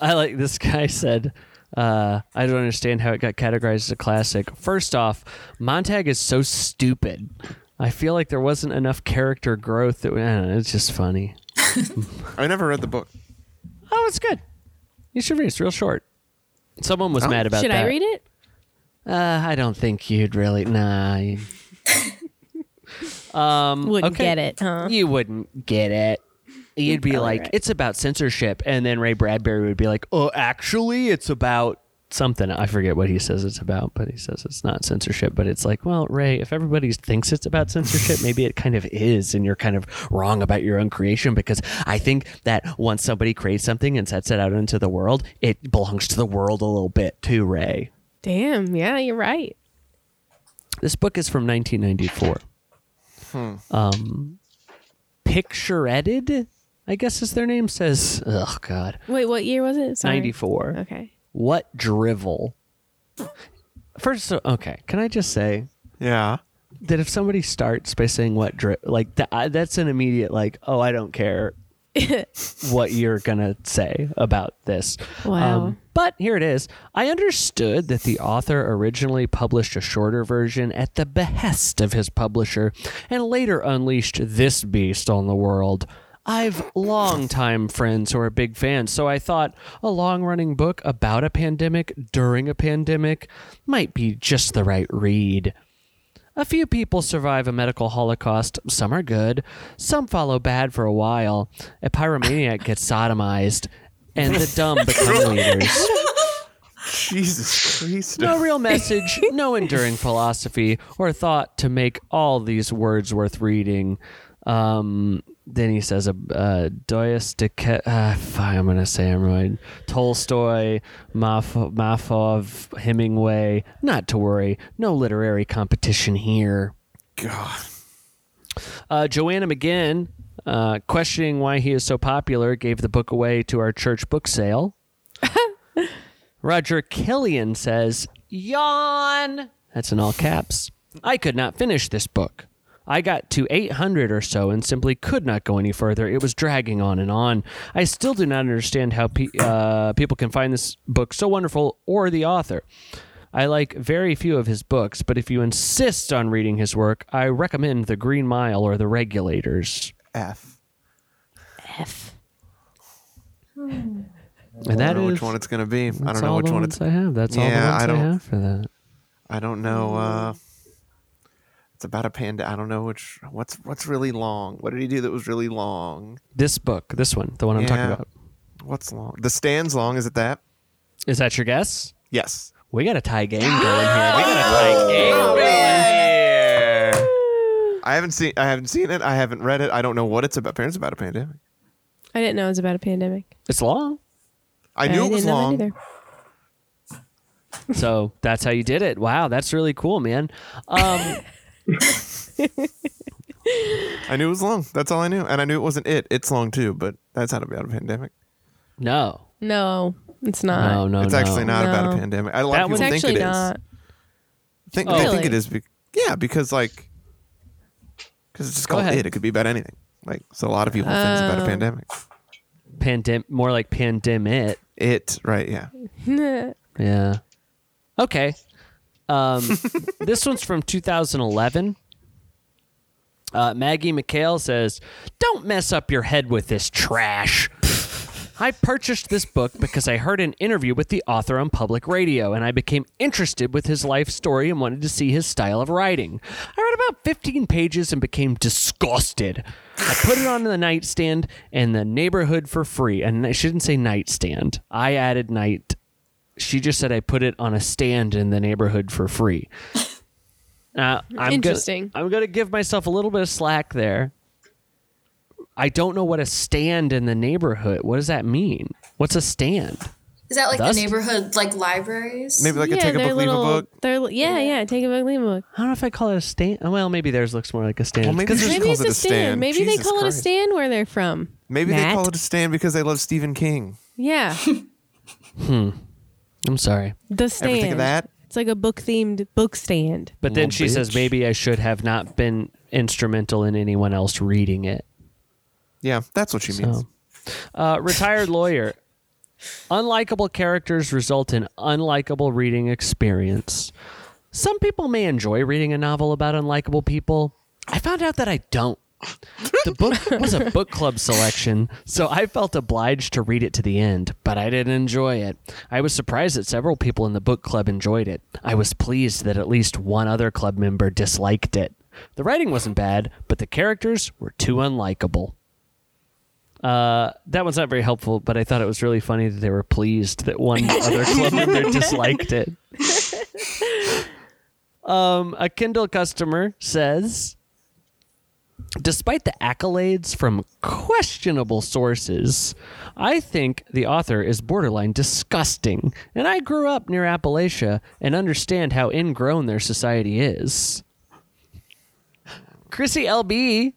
I like this guy said. Uh, I don't understand how it got categorized as a classic. First off, Montag is so stupid. I feel like there wasn't enough character growth. That, I don't know, it's just funny. I never read the book. Oh, it's good. You should read. it. It's real short. Someone was mad about Oh, Should that. I read it? Uh, I don't think you'd really. Nah. you- um, Wouldn't okay. get it, huh? You wouldn't get it. You'd be like, it's about censorship. And then Ray Bradbury would be like, oh, actually, it's about something. I forget what he says it's about, but he says it's not censorship. But it's like, well, Ray, if everybody thinks it's about censorship, maybe it kind of is. And you're kind of wrong about your own creation because I think that once somebody creates something and sets it out into the world, it belongs to the world a little bit too, Ray. Damn, yeah, you're right. This book is from 1994. Um, Picture Edited, I guess is their name, says, oh God, Wait, what year was it? Sorry. 94. Okay. What drivel? First, of- okay, can I just say Yeah. that if somebody starts by saying what drivel, like th- I- that's an immediate, like, oh, I don't care what you're going to say about this. Um, Wow. but here it is. I understood that the author originally published a shorter version at the behest of his publisher and later unleashed this beast on the world. I've longtime friends who are big fans, so I thought a long running book about a pandemic during a pandemic might be just the right read. A few people survive a medical holocaust. Some are good. Some follow bad for a while. A pyromaniac gets sodomized, and the dumb become leaders. Jesus Christ. No real message, no enduring philosophy or thought to make all these words worth reading. Um, then he says, uh, uh, Dostoevsky, uh, fuck, I'm going to say I'm right. Tolstoy, Maf- Mafov, Hemingway. Not to worry, no literary competition here. God. Uh, Joanna McGinn Uh, questioning why he is so popular, gave the book away to our church book sale. Roger Killian says, Yawn! That's in all caps. I could not finish this book. I got to 800 or so and simply could not go any further. It was dragging on and on. I still do not understand how pe- uh, people can find this book so wonderful or the author. I like very few of his books, but if you insist on reading his work, I recommend The Green Mile or The Regulators. F. F. And I that don't know is which one it's gonna be. I that's all don't know which the one ones it's. I have. That's all the Yeah, ones I I, don't- have for that. I don't know. Uh, it's about a panda. I don't know which. What's what's really long? What did he do that was really long? This book, this one, the one I'm talking Yeah. about. What's long? The stands long. Is it that? Is that your guess? Yes. We got a tie game going here. We [LAUGHS] got a tie game. Oh, man. I haven't seen. I haven't seen it. I haven't read it. I don't know what it's about. Parents about a pandemic. I didn't know it was about a pandemic. It's long. I knew it was didn't know that long. either. So that's how you did it. Wow, that's really cool, man. Um, I knew it was long. That's all I knew, and I knew it wasn't it. It's long too, but that's not about a pandemic. no, No, it's not. no, no, it's no. actually not about a No. pandemic. A lot That of one's people It's think it is. actually not. Think, Oh. They think it Really? is. Be- yeah, because like, because it's just Go called ahead. it. It could be about anything. Like, so a lot of people think it's about a Oh. pandemic. Pandem- more like pandemic. It right? Yeah. Yeah. Okay. Um, this one's from 2011. Uh, Maggie McHale says, Don't mess up your head with this trash. I purchased this book because I heard an interview with the author on public radio, and I became interested with his life story and wanted to see his style of writing. I read about 15 pages and became disgusted. I put it on the nightstand in the neighborhood for free, and I shouldn't say nightstand. I added night. She just said I put it on a stand in the neighborhood for free. Uh, I'm Interesting. Gonna, I'm going to give myself a little bit of slack there. I don't know what a stand in the neighborhood. What does that mean? What's a stand? Is that like Dust? the neighborhood like libraries? Maybe like a take a book, leave a book. They're li- yeah, yeah. Take a book, leave a book. I don't know if I call it a stand. Well, maybe theirs looks more like a stand. Well, maybe 'Cause Just Maybe calls it's it a a stand. stand. Maybe they Jesus call it a Christ. stand where they're from. Maybe they Matt? call it a stand because they love Stephen King. [LAUGHS] Yeah, I'm sorry, the Ever stand. think of that? It's like a book themed book stand. but then Well, she says bitch. maybe I should have not been instrumental in anyone else reading it. Yeah, that's what she means. So, uh, retired lawyer. Unlikable characters result in unlikable reading experience. Some people may enjoy reading a novel about unlikable people. I found out that I don't. The book was a book club selection, so I felt obliged to read it to the end, but I didn't enjoy it. I was surprised that several people in the book club enjoyed it. I was pleased that at least one other club member disliked it. The writing wasn't bad, but the characters were too unlikable. Uh, that one's not very helpful, but I thought it was really funny that they were pleased that one other club member disliked it. Um, a Kindle customer says, despite the accolades from questionable sources, I think the author is borderline disgusting. And I grew up near Appalachia and understand how ingrown their society is. Chrissy LB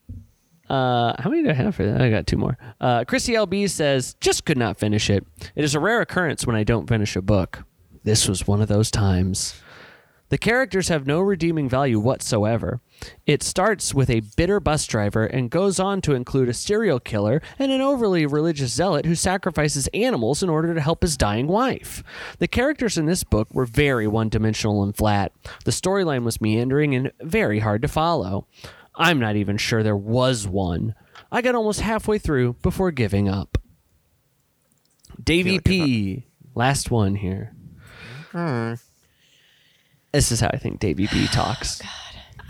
uh, how many do I have for that? I got two more. Uh, Chrissy LB says, just could not finish it. It is a rare occurrence when I don't finish a book. This was one of those times. The characters have no redeeming value whatsoever. It starts with a bitter bus driver and goes on to include a serial killer and an overly religious zealot who sacrifices animals in order to help his dying wife. The characters in this book were very one dimensional and flat. The storyline was meandering and very hard to follow. I'm not even sure there was one. I got almost halfway through before giving up. Davey like P. Last one here. This is how I think Davey B talks.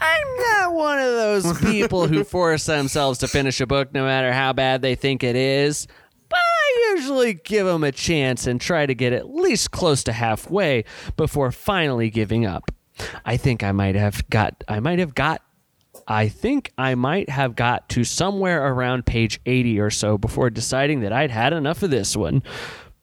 I'm not one of those people who force themselves to finish a book no matter how bad they think it is. But I usually give them a chance and try to get at least close to halfway before finally giving up. I think I might have got I might have got I think I might have got to somewhere around page 80 or so before deciding that I'd had enough of this one.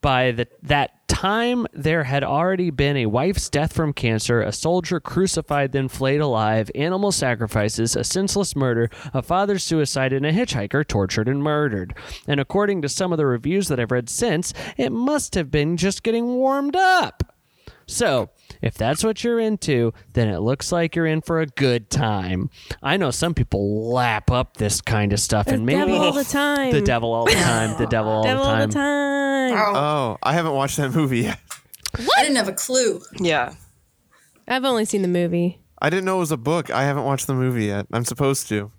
By the, that time, there had already been a wife's death from cancer, a soldier crucified then flayed alive, animal sacrifices, a senseless murder, a father's suicide, and a hitchhiker tortured and murdered. And according to some of the reviews that I've read since, it must have been just getting warmed up. So, if that's what you're into, then it looks like you're in for a good time. I know some people lap up this kind of stuff, and maybe devil all the [LAUGHS] time. the devil all the time, the devil all Devil the all time. the time. Wow. Oh, I haven't watched that [LAUGHS] movie yet. I didn't have a clue. Yeah. I've only seen the movie. I didn't know it was a book. I haven't watched the movie yet. I'm supposed to.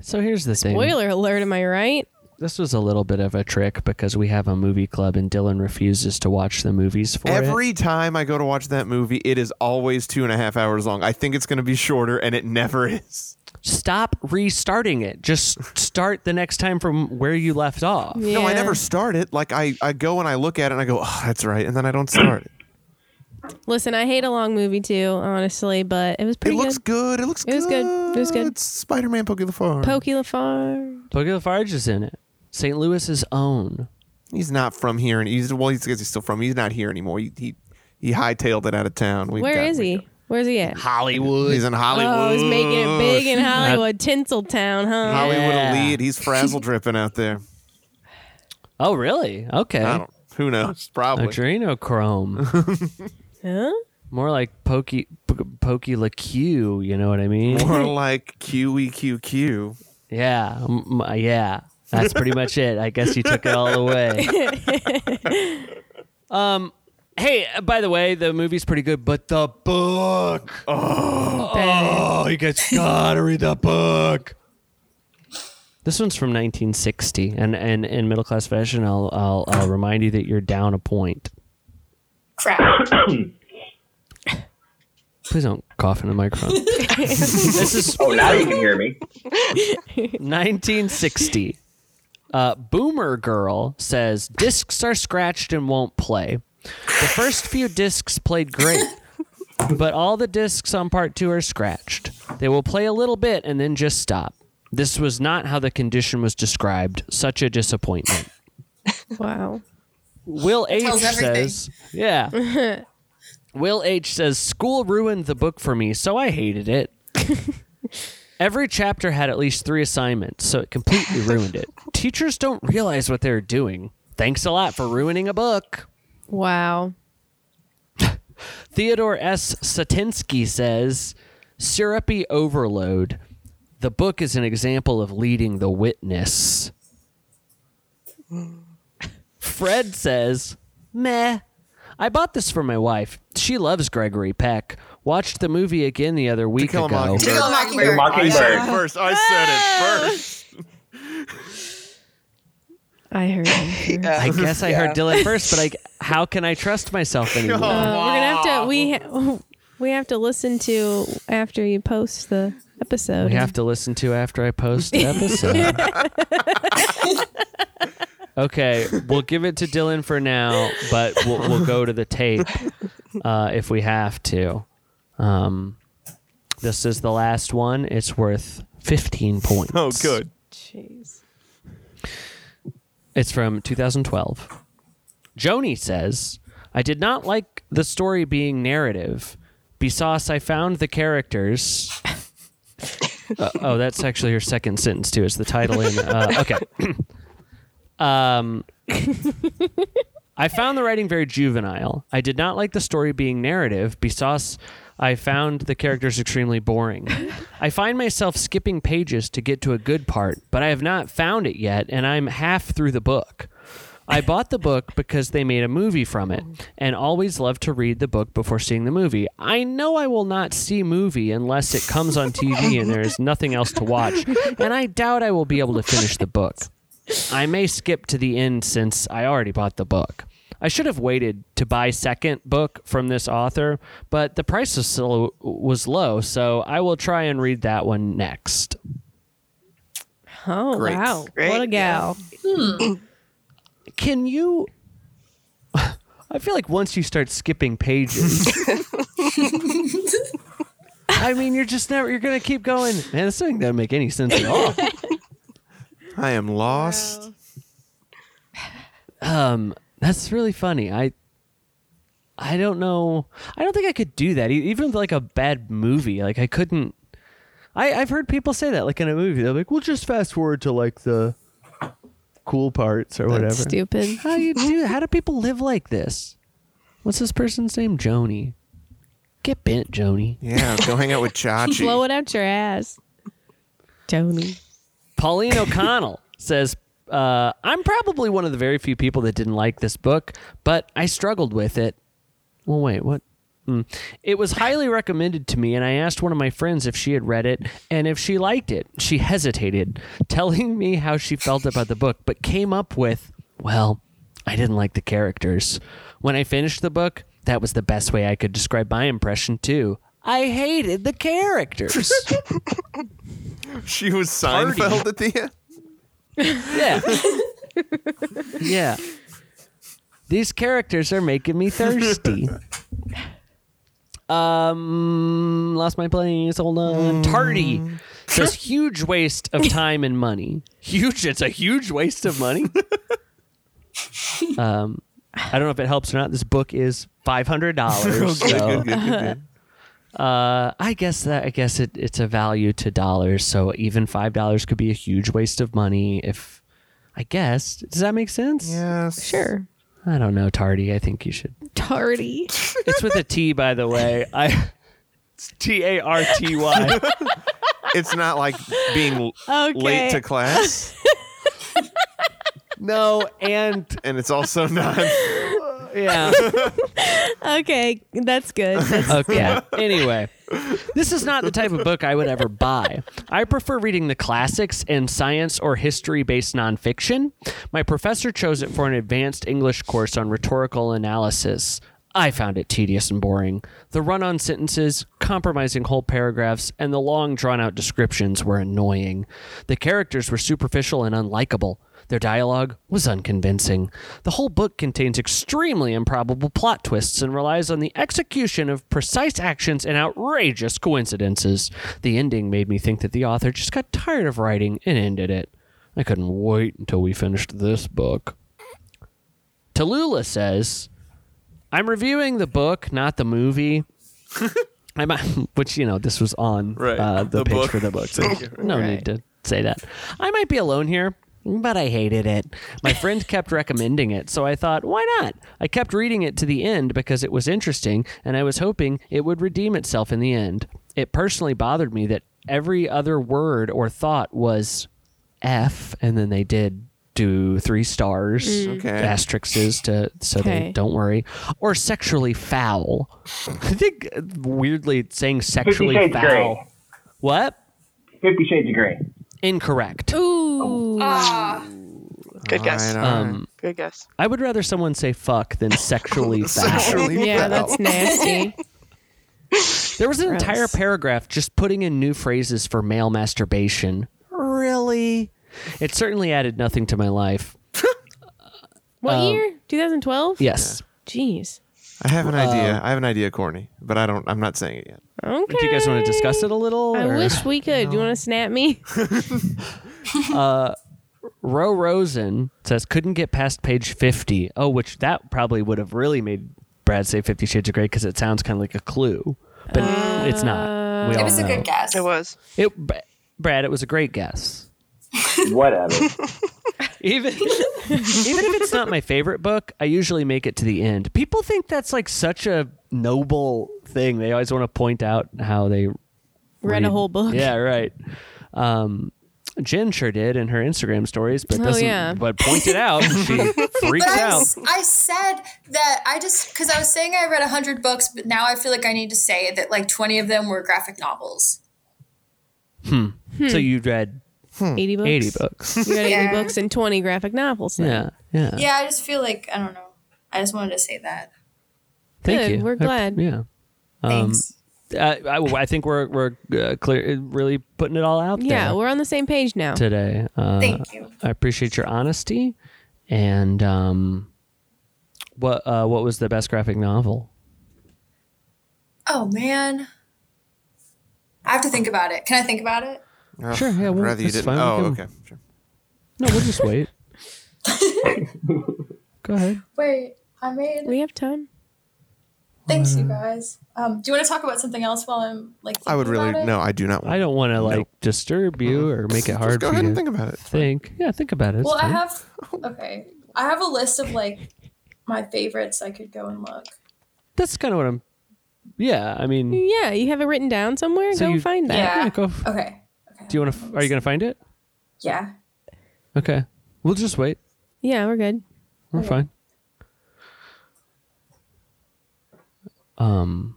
So here's the thing. Spoiler alert, am I right? This was a little bit of a trick because we have a movie club and Dylan refuses to watch the movies for it. Every time I go to watch that movie, it is always two and a half hours long. I think it's going to be shorter, and it never [LAUGHS] is. Stop restarting it. Just start the next time from where you left off. No, I Yeah. never start it. Like I, I go and I look at it and I go, oh, that's right, and then I [CLEARS THROAT] don't start it. Listen, I hate a long movie too, honestly, but it was It pretty looks good. good. It looks It was good. It was good. It's Spider-Man Pokey the Farm. Pokey LaFarge. Boogie Lafarge is in it. St. Louis's own. he's not from here, and he's well, he's, I guess he's still from. He's not here anymore. He he, he hightailed it out of town. We've Where got- is we he? Where's he at? got- Hollywood. He's in Hollywood. Oh, he's making it [LAUGHS] big in Hollywood, Tinseltown, huh? Hollywood Yeah. elite. He's [LAUGHS] frazzle dripping out there. Oh, really? I Okay. don't. Who knows? Probably. Adrenochrome. [LAUGHS] Huh? More like Pokey, P- Pokey LaQ, you know what I mean? More like E QEQQ. [LAUGHS] Yeah, m- m- yeah. That's pretty much it. I guess you took it all away. um. Hey, uh, by the way, the movie's pretty good, but the book. Oh, you guys gotta read the book. This one's from 1960, and and in middle class fashion, I'll I'll, I'll remind you that you're down a point. Crap. Please don't cough in the [LAUGHS] microphone. this is Oh, now you can hear me. 1960. Uh, Boomer Girl says discs are scratched and won't play. The first few discs played great, but all the discs on part two are scratched. They will play a little bit and then just stop. This was not how the condition was described. Such a disappointment. Wow. Will H tells everything. says, yeah. Will H says, school ruined the book for me, so I hated it. Every chapter had at least three assignments, so it completely ruined it. Teachers don't realize what they're doing. Thanks a lot for ruining a book. Wow. Theodore S. Satinsky says, Syrupy Overload. The book is an example of leading the witness. Fred says, Meh. I bought this for my wife. She loves Gregory Peck. Watched the movie again the other week Kill a ago. Mockingbird. To kill a You're mockingbird. I said it [LAUGHS] Mockingbird. first. I said it first. I [LAUGHS] heard him. first. I guess I heard Dylan first, but I, how can I trust [LAUGHS] myself Oh, anymore? Uh, we're gonna have to we ha- [LAUGHS] we have to listen to after you post the episode. we have to listen to after I post the episode. okay, we'll give it to Dylan for now, but we'll, we'll go to the tape uh, if we have to. Um, this is the last one. It's worth 15 points. Oh, good. Jeez. It's from 2012. Joni says, I did not like the story being narrative. Besauce, I found the characters. [LAUGHS] Uh, oh, that's actually her second sentence, too. It's the title in. Uh, okay. um, I found the writing very juvenile. I did not like the story being narrative. Besauce, I found the characters extremely boring. I find myself skipping pages to get to a good part, but I have not found it yet, and I'm half through the book. I bought the book because they made a movie from it, and always love to read the book before seeing the movie. I know I will not see movie unless it comes on TV and there is nothing else to watch, and I doubt I will be able to finish the book. I may skip to the end since I already bought the book. I should have waited to buy second book from this author, but the price was, so, was low, so I will try and read that one next. Oh Great. wow. What a Great, gal. Can you? [LAUGHS] I feel like once you start skipping pages, I mean, you're just never. You're gonna keep going. Man, this thing doesn't make any sense at all. I am lost. Um, That's really funny. I I don't know. I don't think I could do that. E- Even with like a bad movie, like I couldn't. I I've heard people say that like in a movie, they're like, "Well, just fast forward to like the cool parts or whatever." That's stupid. How you do? How do people live like this? What's this person's name? Joni. Get bent, Joni. Yeah, go hang [LAUGHS] out with Chachi. Blow it out your ass, Tony. Pauline O'Connell says, uh, I'm probably one of the very few people that didn't like this book, but I struggled with it. Well, wait, what? Mm. It was highly recommended to me, and I asked one of my friends if she had read it and if she liked it. She hesitated, telling me how she felt about the book, but came up with, well, I didn't like the characters. When I finished the book, that was the best way I could describe my impression, too. I hated the characters. She was Seinfeld at the end. [LAUGHS] Yeah. yeah. These characters are making me thirsty. Um, lost my place. Hold on. Tardy says huge waste of time and money. [LAUGHS] Huge. It's a huge waste of [LAUGHS] money. um, I don't know if it helps or not. This book is five hundred [LAUGHS] dollars. Good, so good, good, good, Uh-huh. good. uh, I guess that I guess it, it's a value to dollars. So even five dollars could be a huge waste of money. If I guess does that make sense? Yes. Sure. I don't know, Tardy. I think you should. Tardy. It's with a T, by the way. I [LAUGHS] T A R T Y. It's not like being l- Okay. late to [LAUGHS] class, No, and and it's also not. yeah. Okay, that's [LAUGHS] good. [LAUGHS] That's Okay. Anyway, this is not the type of book I would ever buy. I prefer reading the classics and science or history based nonfiction. My professor chose it for an advanced English course on rhetorical analysis. I found it tedious and boring. The run on sentences, compromising whole paragraphs, and the long drawn out descriptions were annoying. The characters were superficial and unlikable. Their dialogue was unconvincing. The whole book contains extremely improbable plot twists and relies on the execution of precise actions and outrageous coincidences. The ending made me think that the author just got tired of writing and ended it. I couldn't wait until we finished this book. Tallulah says, I'm reviewing the book, not the [LAUGHS] movie. I'm, which, you know, this was on Right. uh, the, The page book. for the [LAUGHS] book. so no need to say that. I might be alone here, but I hated it. My [LAUGHS] friend kept recommending it, so I thought, why not? I kept reading it to the end because it was interesting, and I was hoping it would redeem itself in the end. It personally bothered me that every other word or thought was F, and then they did do three stars Okay. asterisks to so they Okay. don't worry or sexually foul i think uh, weirdly saying Fifty sexually Shades of Grey. foul what Fifty Shades of Grey. incorrect Oh, ooh. Ah, Good guess. Alright, alright. um Good guess. I would rather someone say fuck [LAUGHS] than sexually foul. Sexually foul. yeah, [LAUGHS] that's nasty. There was an entire Gross. paragraph just putting in new phrases for male masturbation. Really? It certainly added nothing to my life. What Um, year? 2012. Yes. Jeez. I have an Um, idea. I have an idea, Corny, but I don't. I'm not saying it yet. Okay. Do you guys want to discuss it a little? I or- wish we could. Do you want to [LAUGHS] snap me? Ro Rosen says couldn't get past page 50. Oh, which that probably would have really made Brad say 50 Shades of Grey because it sounds kind of like a clue, but it's Uh, not. We it all was a know. good guess. It was. It, Br- Brad, it was a great guess. [LAUGHS] Whatever. [LAUGHS] even even if it's not my favorite book, I usually make it to the end. People think that's like such a noble thing. They always want to point out how they Read a whole book. [LAUGHS] Yeah, right. Um, Jen sure did in her Instagram stories, but Oh, doesn't yeah. but pointed out [LAUGHS] she freaks But I, out. s- I said that I just because I was saying I read hundred books, but now I feel like I need to say that like twenty of them were graphic novels. So you read 80 books. eighty books. [LAUGHS] You got 80 Yeah. books and 20 graphic novels. then. yeah, yeah. Yeah, I just feel like I don't know. I just wanted to say that. Thank Good, you. we're I- glad. yeah. Um, Thanks. Uh, I, I think we're we're uh, clear, really putting it all out Yeah, there we're on the same page now. today. Uh, Thank you. I appreciate your honesty. And um, what uh, what was the best graphic novel? Oh man, I have to think about it. Can I think about it? Ugh, Sure, yeah, I'd well, rather you Oh, that's didn't. fine, we Oh, [LAUGHS] can- okay. Sure. No, we'll just wait. Go ahead. Wait, I made. We have time. Thanks, you guys. Um, do you want to talk about something else while I'm like? I would thinking really about it? no. I do not. Want I don't want to like disturb you or make it Just hard go for ahead you. and think about it. Think. Yeah, think about it. It's Well, I fine. have. Okay, I have a list of like my favorites. I could go and look. That's kind of what I'm. Yeah, I mean. Yeah, you have it written down somewhere. Hmm. So Go you- find that. Yeah. yeah, go. f- Okay. Okay. Do you want to? Are you gonna find it? Yeah. Okay, we'll just wait. Yeah, we're good. We're fine. Um.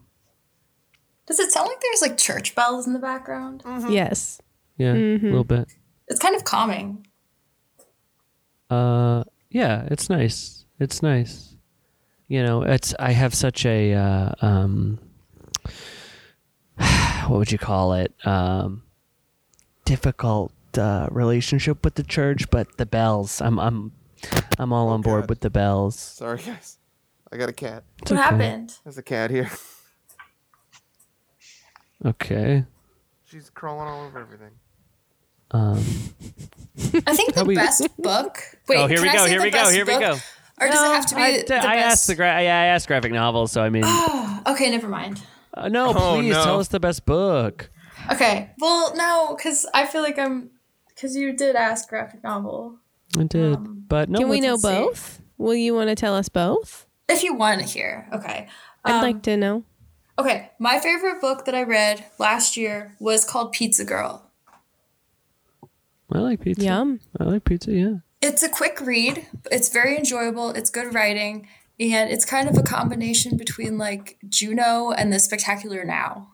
Does it sound like there's like church bells in the background? Yes. Yeah, a little bit. It's kind of calming. Uh, yeah, it's nice. It's nice. You know, it's I have such a uh, um, [SIGHS] what would you call it? Um, difficult uh, relationship with the church, but the bells. I'm I'm I'm all on board God. with the bells. Sorry, guys. I got a cat. what okay. happened? There's a cat here. [LAUGHS] Okay. She's crawling all over everything. Um, I think the Probably- best book. Wait, oh, here can we I go. say Here the we go. best Here we book? go. Or does it have to be I, the I best? asked the gra- yeah, I asked graphic novels, so I [GASPS] mean, Oh, [SIGHS] okay, never mind. uh, no, Oh, please no. tell us the best book. Okay. Well, no, because I feel like I'm. Because you did ask graphic novel. I did, Um, but no. Can we let's- know let's see. both? Will you want to tell us both? If you want to hear. Okay. I'd Um, like to know. Okay. My favorite book that I read last year was called Pizza Girl. I like pizza. Yum. I like pizza. Yeah. It's a quick read. It's very enjoyable. It's good writing. And it's kind of a combination between like Juno and the Spectacular Now.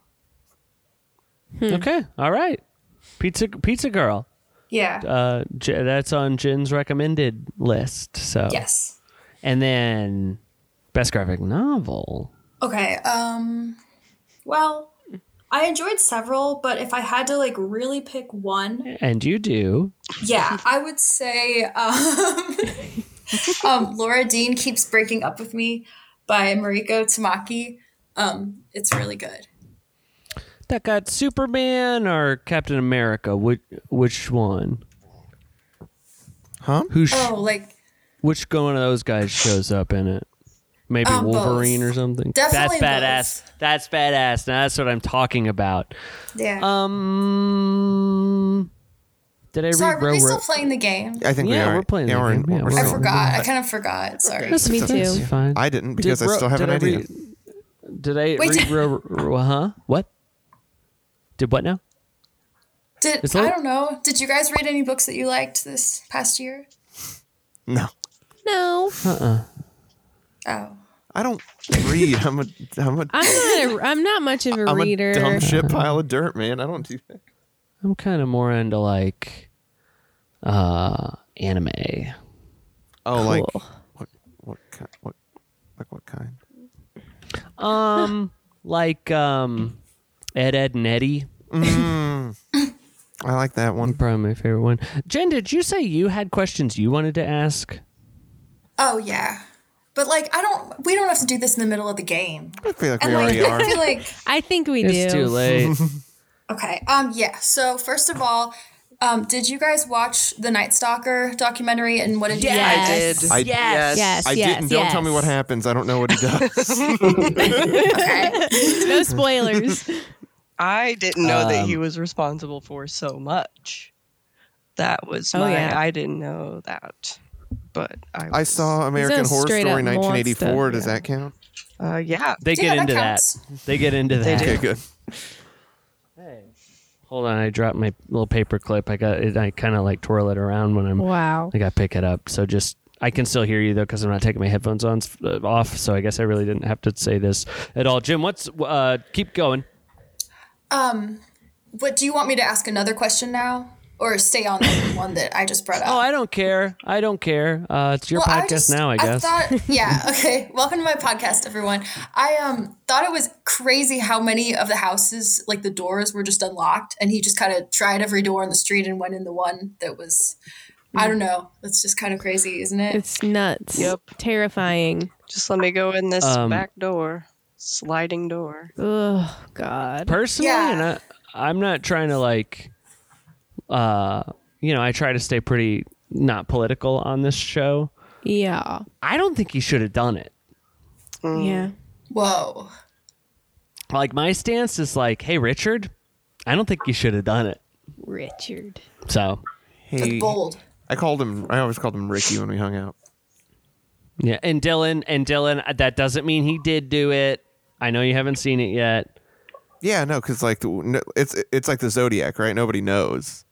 Hmm. Okay. All right. Pizza Pizza Girl. Yeah. Uh, J- that's on Jin's recommended list. So Yes. and then best graphic novel. Okay. Um. Well, I enjoyed several, but if I had to like really pick one, And you do. Yeah, I would say um, [LAUGHS] um, Laura Dean keeps breaking up with me by Mariko Tamaki. Um, it's really good. That got Superman or Captain America. Which which one? Huh? Who's Oh, like which one of those guys shows up in it? Maybe Um, both. Wolverine or something. Definitely that's badass. That's badass. Now that's what I'm talking about. yeah. Um, did Uh, I Sorry, read were we Row still Row- playing the game? I think we Yeah, are. we're playing Yeah, the we're in- game. Yeah, we're we're I still- forgot. I kind of forgot. Sorry. That's Me it's- it's too. Fine. I didn't because Did I Ro- still haven't did idea. read- did I Wait, read? did- [LAUGHS] Ro- Ro- huh? What? Did what now? Did It's I like- don't know. Did you guys read any books that you liked this past year? No, No, Oh. I don't read. I'm a I'm a [LAUGHS] [LAUGHS] I'm not. A, I'm not much of a am reader. a dumb shit pile of dirt, man. I don't do that. I'm kind of more into like uh anime. Oh, like Cool. what? What kind? What? Like what kind? Um, like um, Ed, Ed, and Eddie. I like that one. Probably my favorite one. Jen, did you say you had questions you wanted to ask? Oh yeah. But like I don't we don't have to do this in the middle of the game. I feel like we And like already are. [LAUGHS] [LAUGHS] I feel like I think we It's too do. late. Okay. Um. Yeah. So first of all, um, did you guys watch the Night Stalker documentary? And what did you Yes. guys- I did. I- yes. Yes. I didn't. Don't tell me what yes. happens. I don't know what he [LAUGHS] does. No [LAUGHS] spoilers. I didn't know that Um, he was responsible for so much. That was Oh, my. yeah. I didn't know that, but I. I was- saw American a Horror straight Story up 1984. monster, Does that count? Uh, yeah. They Yeah, get that into that. counts. They get into that. Okay, good. Hold on, I dropped my little paper clip. I got it. I kind of like twirl it around when I'm wow. I got to pick it up. So just I can still hear you though because I'm not taking my headphones on uh, off. So I guess I really didn't have to say this at all. Jim, what's uh, keep going? But Um, do you want me to ask another question now, or stay on the one that I just brought up? Oh, I don't care. I don't care. Uh, it's your Well, podcast just- now, I guess. [LAUGHS] thought, yeah. Okay. Welcome to my podcast, everyone. I um thought it was crazy how many of the houses, like the doors, were just unlocked, and he just kind of tried every door in the street and went in the one that was. I don't know. That's just kind of crazy, isn't it? It's nuts. Yep. Terrifying. Just let me go in this Um, back door, sliding door. Oh God. Personally, Yeah. and I, I'm not trying to like, uh, you know, I try to stay pretty not political on this show. Yeah. I don't think he should have done it. Mm. Yeah. Whoa. Like my stance is like, hey Richard, I don't think you should have done it. Richard. So Hey, That's bold. I called him. I always called him Ricky when we hung out. yeah, and Dylan and Dylan, that doesn't mean he did do it. I know you haven't seen it yet. Yeah, no, because like the, no, it's it's like the zodiac, right? Nobody knows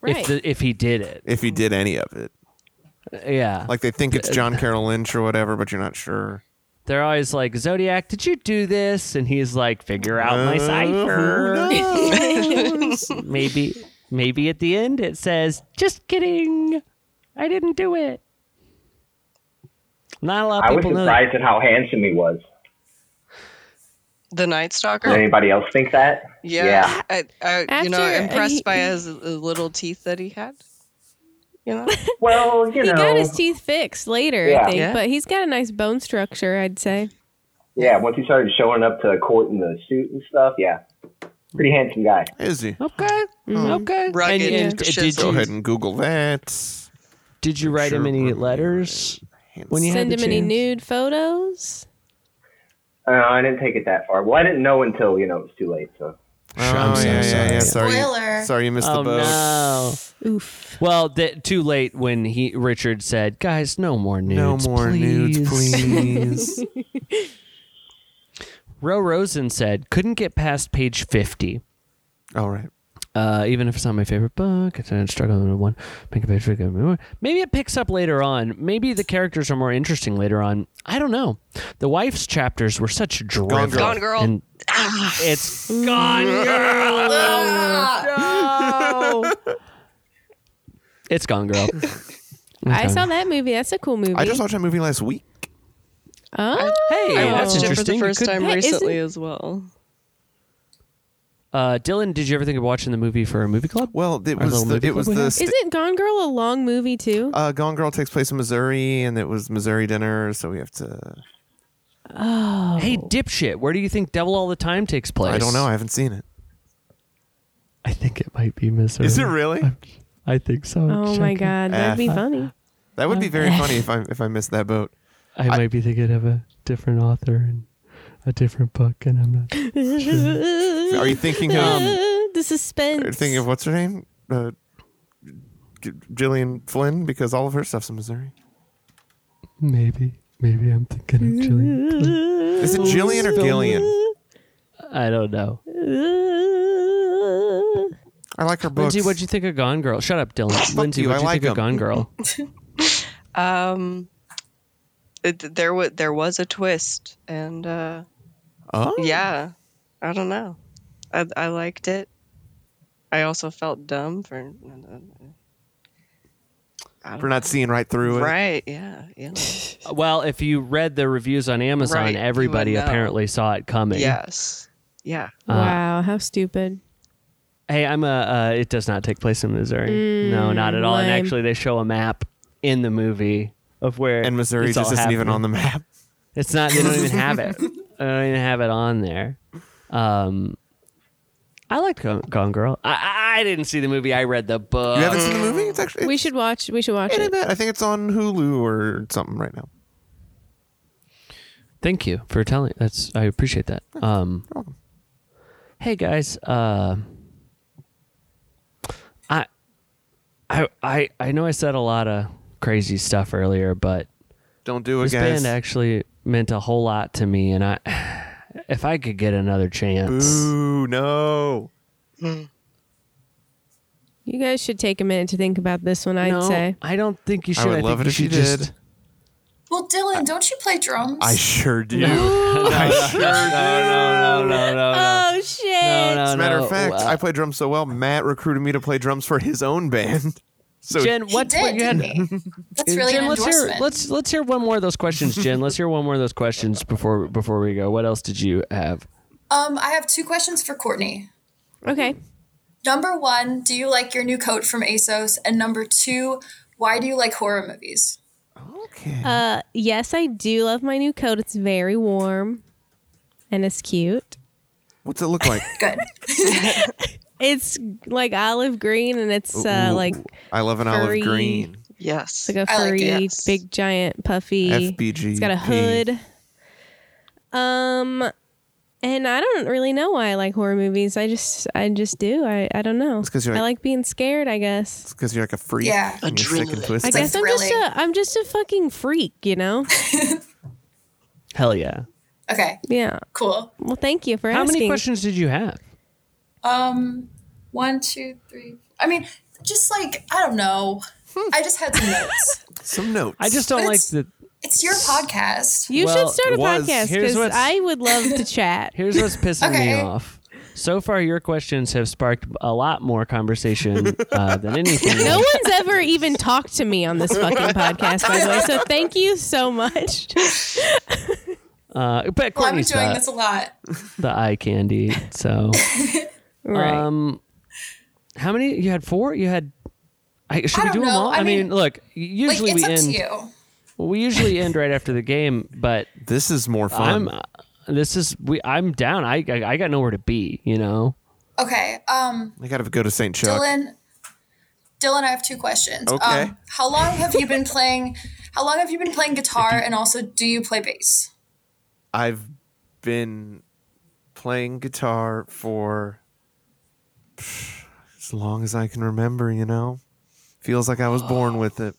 Right. If the, if he did it, if he did any of it. yeah. Like they think it's John Carroll Lynch or whatever, but you're not sure. They're always like, Zodiac, did you do this? And he's like, figure out my Uh, cipher. who knows? [LAUGHS] maybe, maybe at the end it says, just kidding, I didn't do it. Not a lot of I was people know. That. surprised at how handsome he was. The Night Stalker. Did anybody else think [LAUGHS] that? Yeah, Yeah. I, I, you know, After impressed he- by his little teeth that he had. You know, Well, you he know, got his teeth fixed later, I Yeah. think, Yeah. but he's got a nice bone structure, I'd say. yeah. Once he started showing up to court in the suit and stuff, yeah, pretty handsome guy. Is he? Okay, Mm-hmm. Hmm. Oh. okay. Rugged And, and Yeah. did, Go you, ahead and Google that. did you write him any letters? When you had Send the him any chance? nude photos. Uh, I didn't take it that far. Well, I didn't know until you know it was too late. So Oh, yeah, yeah, yeah. Sorry, Spoiler. sorry, you missed Oh the boat. no! Oof. Well, th- too late when he Richard said, "Guys, no more No nudes, more nudes, [LAUGHS] please. Roe Rosen said, couldn't get past page 50. All right. Uh, even if it's not my favorite book, it's a struggle with one. Make a page for good- Maybe it picks up later on. Maybe the characters are more interesting later on. I don't know. The wife's chapters were such drivel. Gone Girl. Gone Girl. Ah. And it's Mm, gone girl. Ah, No. it's gone [LAUGHS] girl. I saw that movie. That's a cool movie. I just watched that movie last week. oh. Hey, I that's watched it for interesting. the You first could- time Hey, recently isn't- as well. Uh, Dylan, did you ever think of watching the movie for a movie club? Well, it Our was little the, movie it was club we the have? st- Isn't Gone Girl a long movie too? uh, Gone Girl takes place in Missouri, and it was Missouri dinner, so we have to. Oh. Hey, dipshit, where do you think Devil All the Time takes place? I don't know. I haven't seen it. I think it might be Missouri. really? I think so. Oh my Check it. god, that'd be Uh, funny. That would be very funny if I if I missed that boat. I, might be thinking of a different author and a different book, and I'm not. Are you thinking of Um, are the suspense. you [LAUGHS] thinking of what's her name? Uh, G- Gillian Flynn, because all of her stuff's in Missouri. Maybe, maybe I'm thinking of Jillian. Is it Gillian or Gillian? I don't know. I like her books. Lindsay, what'd you think of Gone Girl? Shut up, Dylan. Lindsay, you, what'd I you like think of Gone 'em. Girl? Um, it, there was there was a twist, and uh, Oh, yeah, I don't know. I, I liked it. I also felt dumb for. I don't- for not seeing right through it. Right, yeah, yeah. Well, if you read the reviews on Amazon, Right, you would everybody know. apparently saw it coming. Yes. Yeah. Wow, how stupid. Hey, I'm a. Uh, it does not take place in Missouri. no, not at all. And lame. actually, they show a map in the movie of where And Missouri it's just all isn't even happening. on the map. It's not. They don't even have [LAUGHS] it. They don't even have it on there. Um, I liked Gone, Gone Girl. I, I- I didn't see the movie. I read the book. You haven't seen the movie? It's actually We it's- should watch we should watch it it. ain't bad. I think it's on Hulu or something right now. Thank you for telling. That's. I appreciate that. Um, welcome. hey guys. Uh, I, I, I, I know I said a lot of crazy stuff earlier, but Don't do it, this guys. band actually meant a whole lot to me, and I, [SIGHS] if I could get another chance. Boo, no. You guys should take a minute to think about this one, I'd no, say. I don't think you I should. would think love it if you should just- did. Well, Dylan, don't you play drums? I sure do. I sure no, no, no, no, no. Oh shit. No, no, As a matter no. of fact, Wow. I play drums so well, Matt recruited me to play drums for his own band. [LAUGHS] So Jen, He what's did, what you had? didn't he? That's really Jen, an let's hear endorsement. let's let's hear one more of those questions, Jen. let's hear one more of those [LAUGHS] questions before before we go. What else did you have? um, I have two questions for Courtney. Okay. Number one, do you like your new coat from ASOS? And number two, why do you like horror movies? okay. Uh yes, I do love my new coat. It's very warm and it's cute. What's it look like? Good. It's like olive green and it's uh Ooh, like I love an olive furry. green. It's Yes. like a I like furry, it. Yes. big, giant, puffy. FBG. E. It's got a hood. Um, and I don't really know why I like horror movies. I just, I just do. I, I don't know. It's 'cause you're I like- like being scared. I guess. because you're like a freak. Yeah. and you're sick and Adrenaline. I twisted. like guess I'm just thrilling. a, I'm just a fucking freak. [LAUGHS] You know? Hell yeah. Okay. yeah. Cool. Well, thank you for How asking. many questions did you have? Um, one, two, three. I mean, just like I don't know. Hmm. I just had some notes. Some notes. I just don't But like it's- the. It's [LAUGHS] your podcast. You Well, should start a was. podcast Here's because what's- I would love [LAUGHS] to chat. Here's [LAUGHS] what's pissing me Okay. off. So far, your questions have sparked a lot more conversation uh, than anything. [LAUGHS] No else. one's ever even talked to me on this fucking podcast, by the way. So thank you so [LAUGHS] much. Uh, but Well, I'm Courtney's enjoying got this a lot. the eye candy. [LAUGHS] So, Right. um, how many? You had four. You had. I, should I we don't do them know. all? I I, mean, mean, look. Like Usually it's up we to end. you. We usually end right after the game, but [LAUGHS] this is more fun. Um, I'm. Uh, this is we. I'm down. I, I I got nowhere to be. You [LAUGHS] know. Okay. Um, I gotta go to St. Chuck. Dylan. Dylan, I have two questions. Okay. Um, how long have you been playing? [LAUGHS] How long have you been playing guitar? And also, do you play bass? I've been playing guitar for [SIGHS] pff, as long as I can remember, you know? Feels like I was born with it.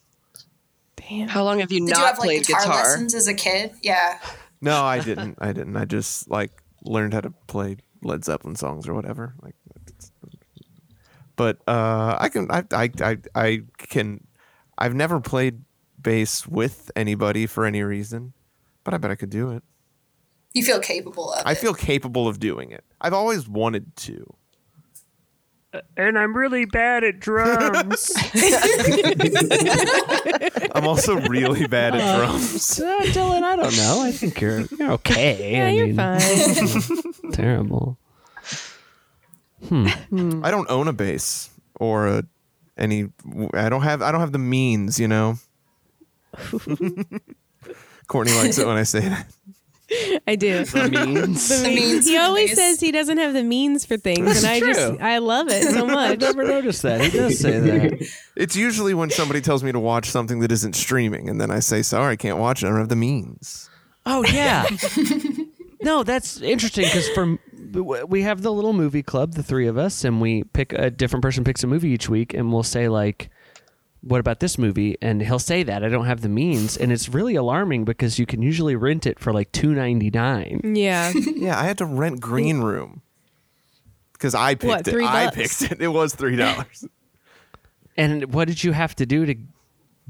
Damn. How long have you Did not you have like played guitar, guitar? lessons as a kid? Yeah. No, I didn't. I didn't. I just like learned how to play Led Zeppelin songs or whatever. Like, it's- but uh, I can. I, I. I. I can. I've never played bass with anybody for any reason, but I bet I could do it. You feel capable of I it. feel capable of doing it. I've always wanted to. Uh, And I'm really bad at drums. [LAUGHS] I'm also really bad at drums. Uh, Dylan, I don't know. I think you're you're okay. Yeah, I you're mean, [LAUGHS] fine. Terrible. I don't own a bass or a any. I don't have. I don't have the means. You know. Courtney likes it when I say that. I do. means. The means He for always things. says he doesn't have the means for things, and I just I love it so [LAUGHS] I've [LAUGHS] much. never noticed that. He does say that. It's usually when somebody tells me to watch something that isn't streaming, and then I say, "Sorry, I can't watch it. I don't have the means." [LAUGHS] Oh yeah. [LAUGHS] No, that's interesting because from we have the little movie club, the three of us, and we pick a different person picks a movie each week, and we'll say like, "What about this movie?" And he'll say that I don't have the means, and it's really alarming because you can usually rent it for like two ninety nine. Yeah. Yeah, I had to rent Green Room because I picked What, it. three I bucks? picked it. It was [LAUGHS] three dollars. And what did you have to do to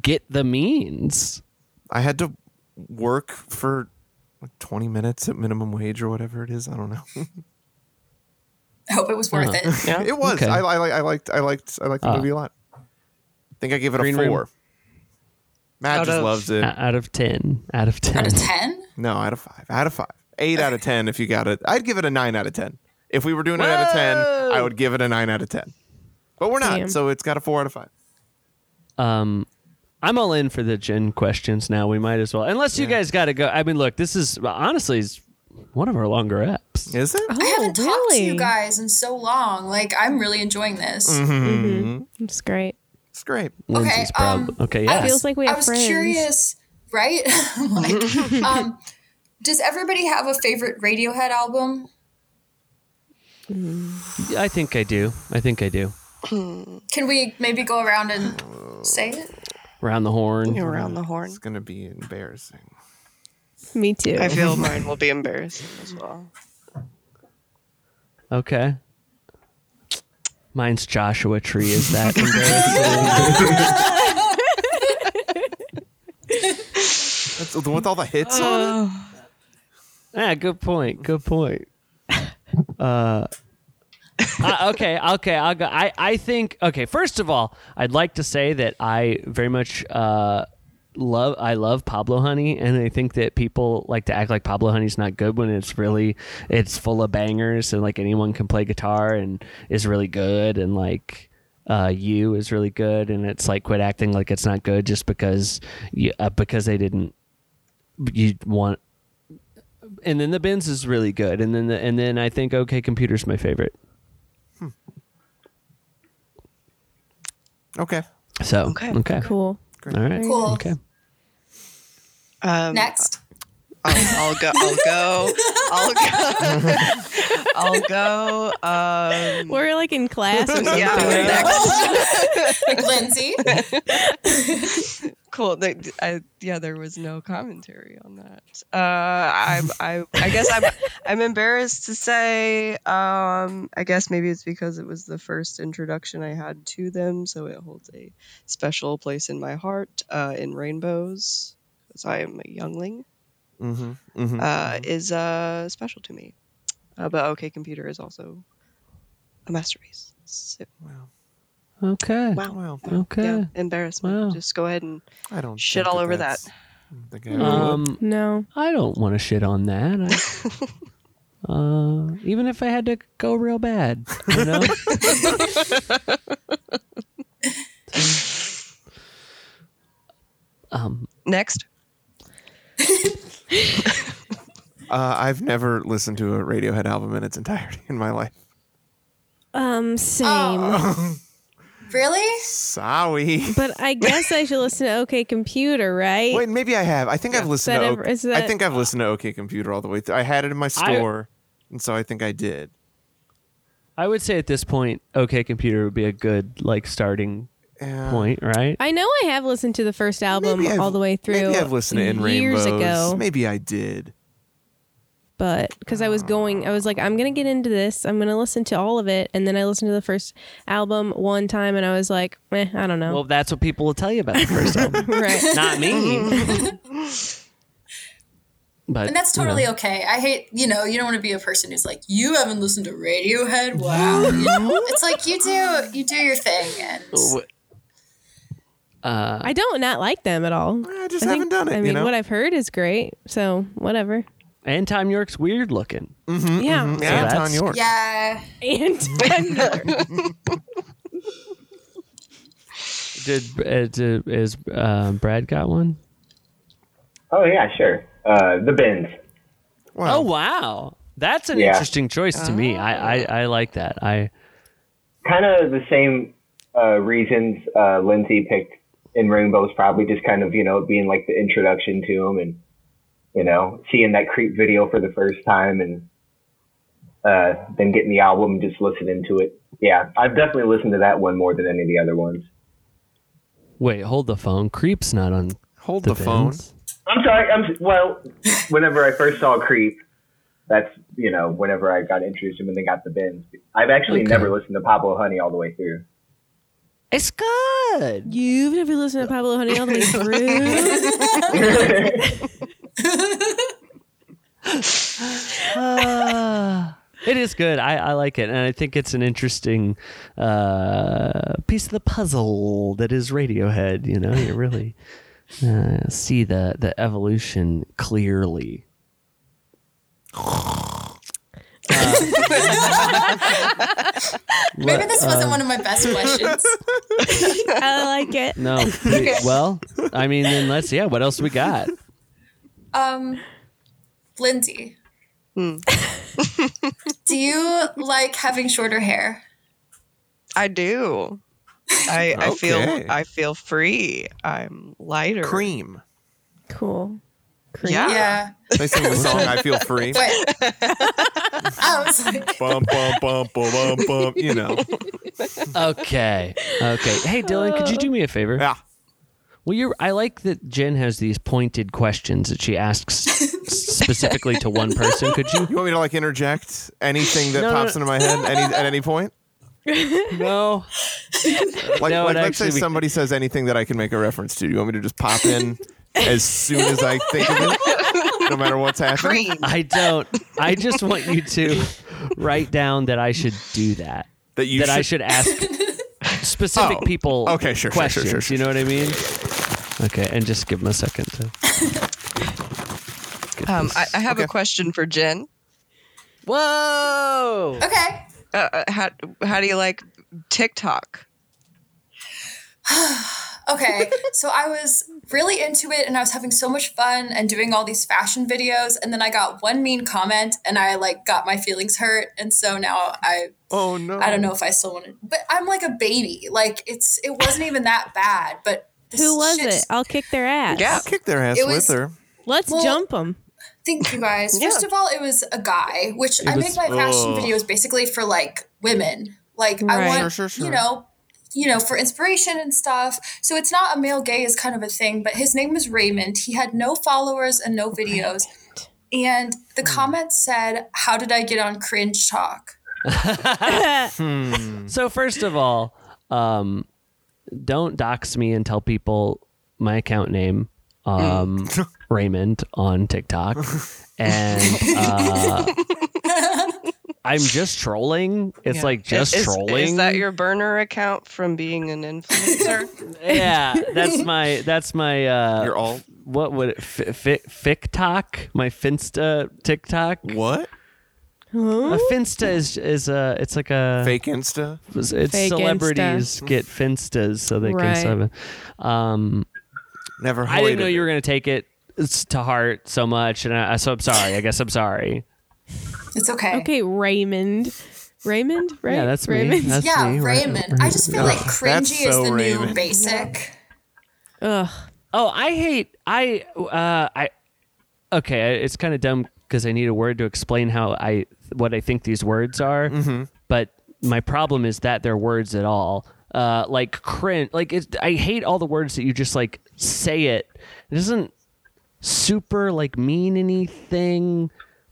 get the means? I had to work for like, twenty minutes at minimum wage or whatever it is. I don't know. I hope it was worth it. Uh-huh. [LAUGHS] It was. Okay. I, I, li- I liked. I liked. I liked the Ah. movie a lot. I think I gave it Green a Room? four. Matt Oh, Out just of- loves it. Uh, out of ten. Out of [LAUGHS] ten. Out of ten. No, out of five. Out of five. Eight [LAUGHS] out of ten. If you got it, I'd give it a nine out of ten. If we were doing it out of ten, I would give it a nine out of ten. But we're not, Damn. so it's got a four out of five. Um, I'm all in for the Jen questions now. We might as well, unless you guys got to go. I mean, look, this is honestly is one of our longer apps. Is it? I haven't Oh, talked to really? you guys in so long. Like I'm really enjoying this. Mm-hmm. It's great. It's great. Okay. Lindsay's Um, prob- okay, I yeah. was- Feels like we have I was friends. curious, right? [LAUGHS] [LAUGHS] like, um, does everybody have a favorite Radiohead album? I think I do. I think I do. Can we maybe go around and say it? Round the horn. You're around the horn. It's gonna be embarrassing. Me too. I feel mine will be embarrassing as well. Okay. Mine's Joshua Tree. Is [LAUGHS] that embarrassing? That's the one with all the [GASPS] hits on it. Uh, ah, good point. Good point. [LAUGHS] Uh, uh, okay, okay, I'll go. I, I think okay. First of all, I'd like to say that I very much uh, love I love Pablo Honey, and I think that people like to act like Pablo Honey's not good when it's really it's full of bangers and like anyone can play guitar and is really good and like uh, you is really good and it's like quit acting like it's not good just because you uh, because they didn't you want and then the bins is really good and then the, and then I think okay computer's my favorite. Okay. So Okay. okay. cool. Great. All right. Cool. Okay. Um, Next. I'll, I'll go. I'll go. I'll go. I'll go. Um, We're like in class or [LAUGHS] something. yeah. Next. [LAUGHS] Lindsay. cool. They- I, yeah, there was no commentary on that. Uh, I'm, I, I guess I'm, I'm embarrassed to say. Um, I guess maybe it's because it was the first introduction I had to them, so it holds a special place in my heart. Uh, in rainbows, because I am a youngling, Mm-hmm. Mm-hmm. uh, is uh, special to me. Uh, but OK Computer is also a masterpiece. So- Well, Okay. wow. well, Okay. Yeah, embarrassment. Wow. Just go ahead and I don't Shit think all that over that's- I don't think I ever would. Um, No. I don't want to shit on that. I, uh, even if I had to go real bad, you know. um. next. [LAUGHS] Uh, I've never listened to a Radiohead album in its entirety in my life. Um, same. Oh. Really? [LAUGHS] Sorry. But I guess I should listen to OK Computer, right? Wait, maybe I have. I think I've listened That to. ever- OK, is I that- think I've listened to OK Computer all the way through. I had it in my store, and so I think I did. I would say at this point, OK Computer would be a good like starting Yeah. point, right? I know I have listened to the first album Maybe I've- Um, all the way through. Maybe I've listened to In years Rainbows. ago. Maybe I did. but because I was going, I was like, I'm gonna get into this. I'm gonna listen to all of it, and then I listened to the first album one time, and I was like, eh, I don't know. Well, that's what people will tell you about the first album. [LAUGHS] right. Not me. But And that's you know. totally okay. I hate, you know, you don't want to be a person who's like, you haven't listened to Radiohead. Wow. You know? It's like you do, you do your thing, and Oh, Uh, I don't not like them at all. I just I haven't think- done it. I mean, you know. what I've heard is great, so whatever. and Tom York's weird looking. Mhm, Yeah. mhm. [LAUGHS] So Anton that's- York. yeah, And Did, uh, did is uh, Brad got one? Oh yeah, sure. Uh, the bins. Wow. Oh wow, that's an Yeah. interesting choice to me. I, I I like that. I Kind of the same uh, reasons uh, Lindsay picked in Rainbows, probably just kind of you know being like the introduction to him and you know seeing that creep video for the first time and uh, then getting the album and just listening to it. Yeah, I've definitely listened to that one more than any of the other ones. wait, hold the phone. Creep's not on Hold the, the, phone. bins. I'm sorry. I'm well. [LAUGHS] Whenever I first saw Creep, that's you know whenever I got introduced to him and then got the bins. I've actually Okay. never listened to Pablo Honey all the way through. It's [LAUGHS] good. You've never listened to Pablo Honey all the [LAUGHS] way through. Uh, it is good. I, I like it, and I think it's an interesting uh, piece of the puzzle that is Radiohead. You know, you really [LAUGHS] uh, see the the evolution clearly. maybe this uh, wasn't one of [LAUGHS] my best questions. I like it. No. [LAUGHS] Well, I mean, then let's yeah. What else we got? Um, Lindsay, Hmm. [LAUGHS] do you like having shorter hair? I do. I, I Okay. feel I feel free. I'm lighter. Cream. Cool. Cream. Yeah. Yeah. They sing the song "I Feel [LAUGHS] Free." Wait. [LAUGHS] I was like, bum bum bum bum bum bum. You know. Okay. Okay. Hey, Dylan, could you do me a favor? Yeah. Well, you're. I like that Jen has these pointed questions that she asks specifically to one person. Could [LAUGHS] you? You want me to like interject anything that No, no, pops into my head any, at [LAUGHS] any point? No. Like, No, it like let's say actually we- somebody says anything that I can make a reference to. You want me to just pop in as soon as I think of it, no matter what's happening. Cream. I don't. I just want you to write down that I should do that. That you that I should should- ask specific Oh, people. okay, sure, sure, sure, questions. sure, sure, You know what I mean? Okay, and just give them a second to. get Um, this- I, I have a Okay. question for Jen. Whoa! okay. Uh, Uh, how how do you like TikTok? Okay, so I was really into it and I was having so much fun and doing all these fashion videos and then I got one mean comment and I like got my feelings hurt and so now I Oh no! I don't know if I still want to but I'm like a baby. Like it's it wasn't even that bad, but This Who was shit's- it? I'll kick their ass. Yeah. I'll kick their ass It was- with her. Let's Well- jump them. Thank you guys. First of all, it was a guy, which I was- make my fashion ugh. videos basically for like women. Like Right. I want, Sure, sure, sure. you know, you know, for inspiration and stuff. So it's not a male gay is kind of a thing, but his name was Raymond. He had no followers and no videos. And the comment said, "How did I get on cringe talk?" So first of all, um, don't dox me and tell people my account name, um, [LAUGHS] Raymond on TikTok, and uh, I'm just trolling. It's Yeah. like just is, trolling. Is that your burner account from being [LAUGHS] an influencer? yeah, that's my that's my uh, You're all what would it fi fi FicTok? My Finsta TikTok. what? A Finsta is is a it's like a Fake Insta? it's it's Fake Insta. celebrities get Finstas so they Right. can. Um, Never. I didn't hoided know it. you were gonna take it s- to heart so much, and I, so I'm sorry. I guess I'm sorry. It's okay. Okay, Raymond. Raymond, right? Yeah, that's me. Raymond. That's Yeah, me, right? Raymond. I just feel like that's cringy so is the Raymond. new basic. Ugh. Oh, I hate. I uh, I okay. I- It's kind of dumb because I need a word to explain how I what I think these words are. But my problem is that they're words at all. Uh, like cringe. Like it's, I hate all the words that you just like say it. It doesn't super like mean anything,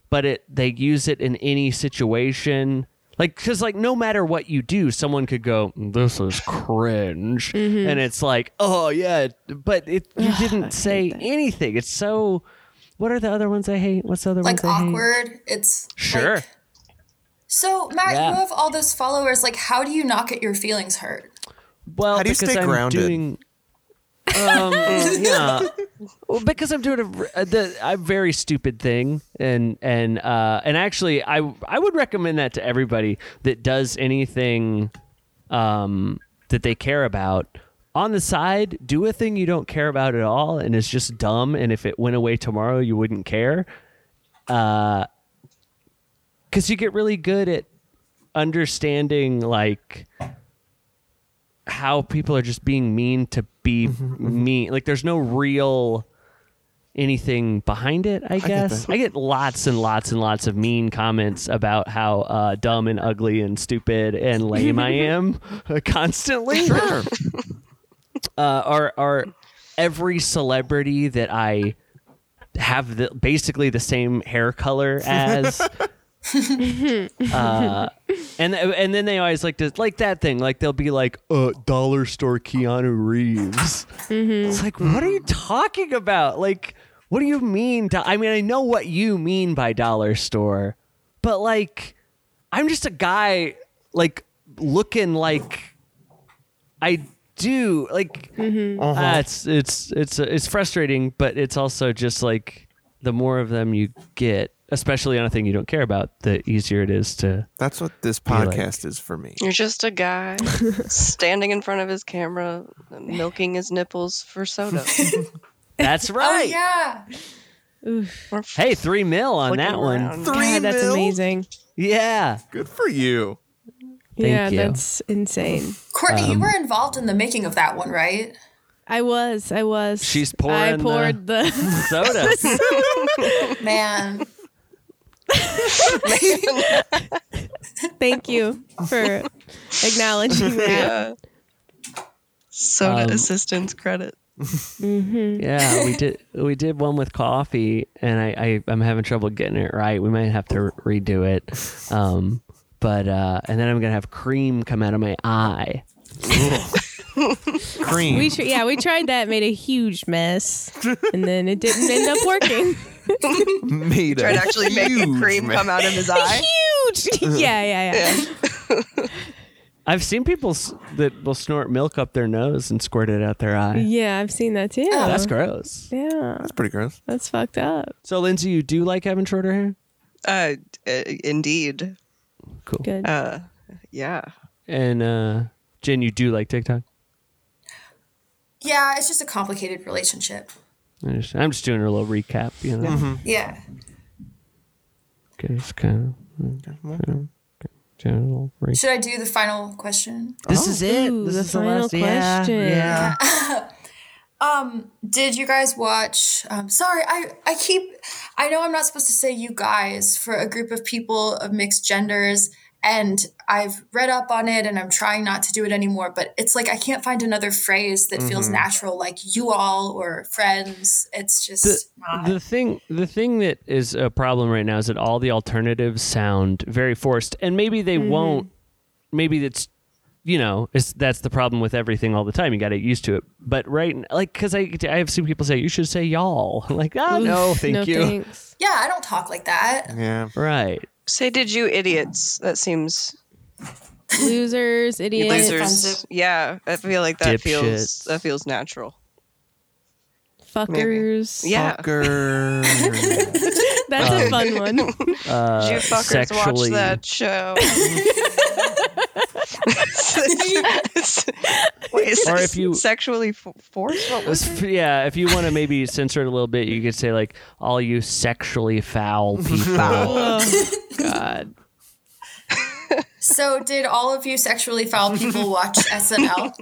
but it they use it in any situation. Like, cause like no matter what you do, someone could go, "This is cringe," and it's like, "Oh yeah," but it you didn't say anything. It's so. What are the other ones I hate? What's the other Like ones I hate? awkward. It's Sure. like- so Matt, Yeah. you have all those followers. Like, how do you not get your feelings hurt? Well, How do you because stay I'm grounded? doing. Um, yeah, well, because I'm doing a, v- a- the, a very stupid thing, and and uh, and actually, I I would recommend that to everybody that does anything um, that they care about. On the side, do a thing you don't care about at all, and it's just dumb. And if it went away tomorrow, you wouldn't care, because you get really good at understanding like how people are just being mean to be mean. Like there's no real anything behind it, I guess. I get, lots and lots and lots of mean comments about how uh, dumb and ugly and stupid and lame I [LAUGHS] am constantly. Sure. [LAUGHS] uh, are are every celebrity that I have the, basically the same hair [LAUGHS] color as and and then they always like to like that thing. Like they'll be like, uh, dollar store Keanu Reeves. It's like, what are you talking about? Like, what do you mean? Do- I mean, I know what you mean by dollar store, but like, I'm just a guy like looking like I do. Like, uh, it's it's it's it's frustrating, but it's also just like the more of them you get. Especially on a thing you don't care about, the easier it is to That's what this like- podcast is for me. You're just a [LAUGHS] guy standing in front of his camera, milking his nipples for [LAUGHS] soda. That's Oh right. yeah. Or Hey, three mil on flicking that one. around. God, [LAUGHS] that's mil? amazing. Yeah. Good for you. Thank yeah, you. that's insane. Courtney, Um, you were involved in the making of that one, right? [LAUGHS] I was, I was. She's I pouring the- poured the. [LAUGHS] [LAUGHS] Soda. Man. Thank you [LAUGHS] for acknowledging that. Yeah. Soda Um, assistance credit. yeah, we did we did one with coffee and I, I I'm having trouble getting it right. We might have to redo it. Um but uh and then I'm going to have cream come out of my eye. Cream. We tr- yeah, we tried that, made a huge mess, and then it didn't end up working. [LAUGHS] [LAUGHS] made Tried a actually making huge cream mess. come out of his eye. huge. [LAUGHS] Yeah, yeah, yeah. I've seen people s- that will snort milk up their nose and squirt it out their eye. Yeah, I've seen that too. Oh, That's gross. Yeah, That's pretty gross. that's fucked up. So Lindsay, you do like having shorter hair? Uh, d- indeed. Cool. Good. Uh, yeah. And uh Jen, you do like TikTok? Yeah, it's just a complicated relationship. I just- I'm just doing a little recap, you know. Yeah. It's kind of general. Should I do the final question? This is it. Ooh, this the is final the last. yeah, question. Yeah. Um, did you guys watch? Um, sorry, I I keep. I know I'm not supposed to say you guys for a group of people of mixed genders, and I've read up on it, and I'm trying not to do it anymore. But it's like I can't find another phrase that feels Mhm. Mm-hmm. natural, like you all or friends. It's just not. the thing the thing that is a problem right now is that all the alternatives sound very forced and maybe they won't maybe it's you know it's, that's the problem with everything all the time you got to get used to it but right n- like because I, I have seen people say you should say y'all [LAUGHS] I'm like ah no Oof, thank no you [LAUGHS] Thanks. yeah, I don't talk like that. Yeah. right Say, did you idiots? That seems Losers, idiots. losers. offensive. Yeah, I feel like that feels Dipshits. that feels natural. Fuckers. Yeah. Fucker. That's a fun [LAUGHS] one. uh, Did you fuckers sexually watch that [LAUGHS] show? Wait, is Or this if you- sexually fo- forced? What was it? yeah if you want to maybe [LAUGHS] censor it a little bit you could say like all you sexually [LAUGHS] foul people Oh, God. So, did all of you sexually foul people watch SNL?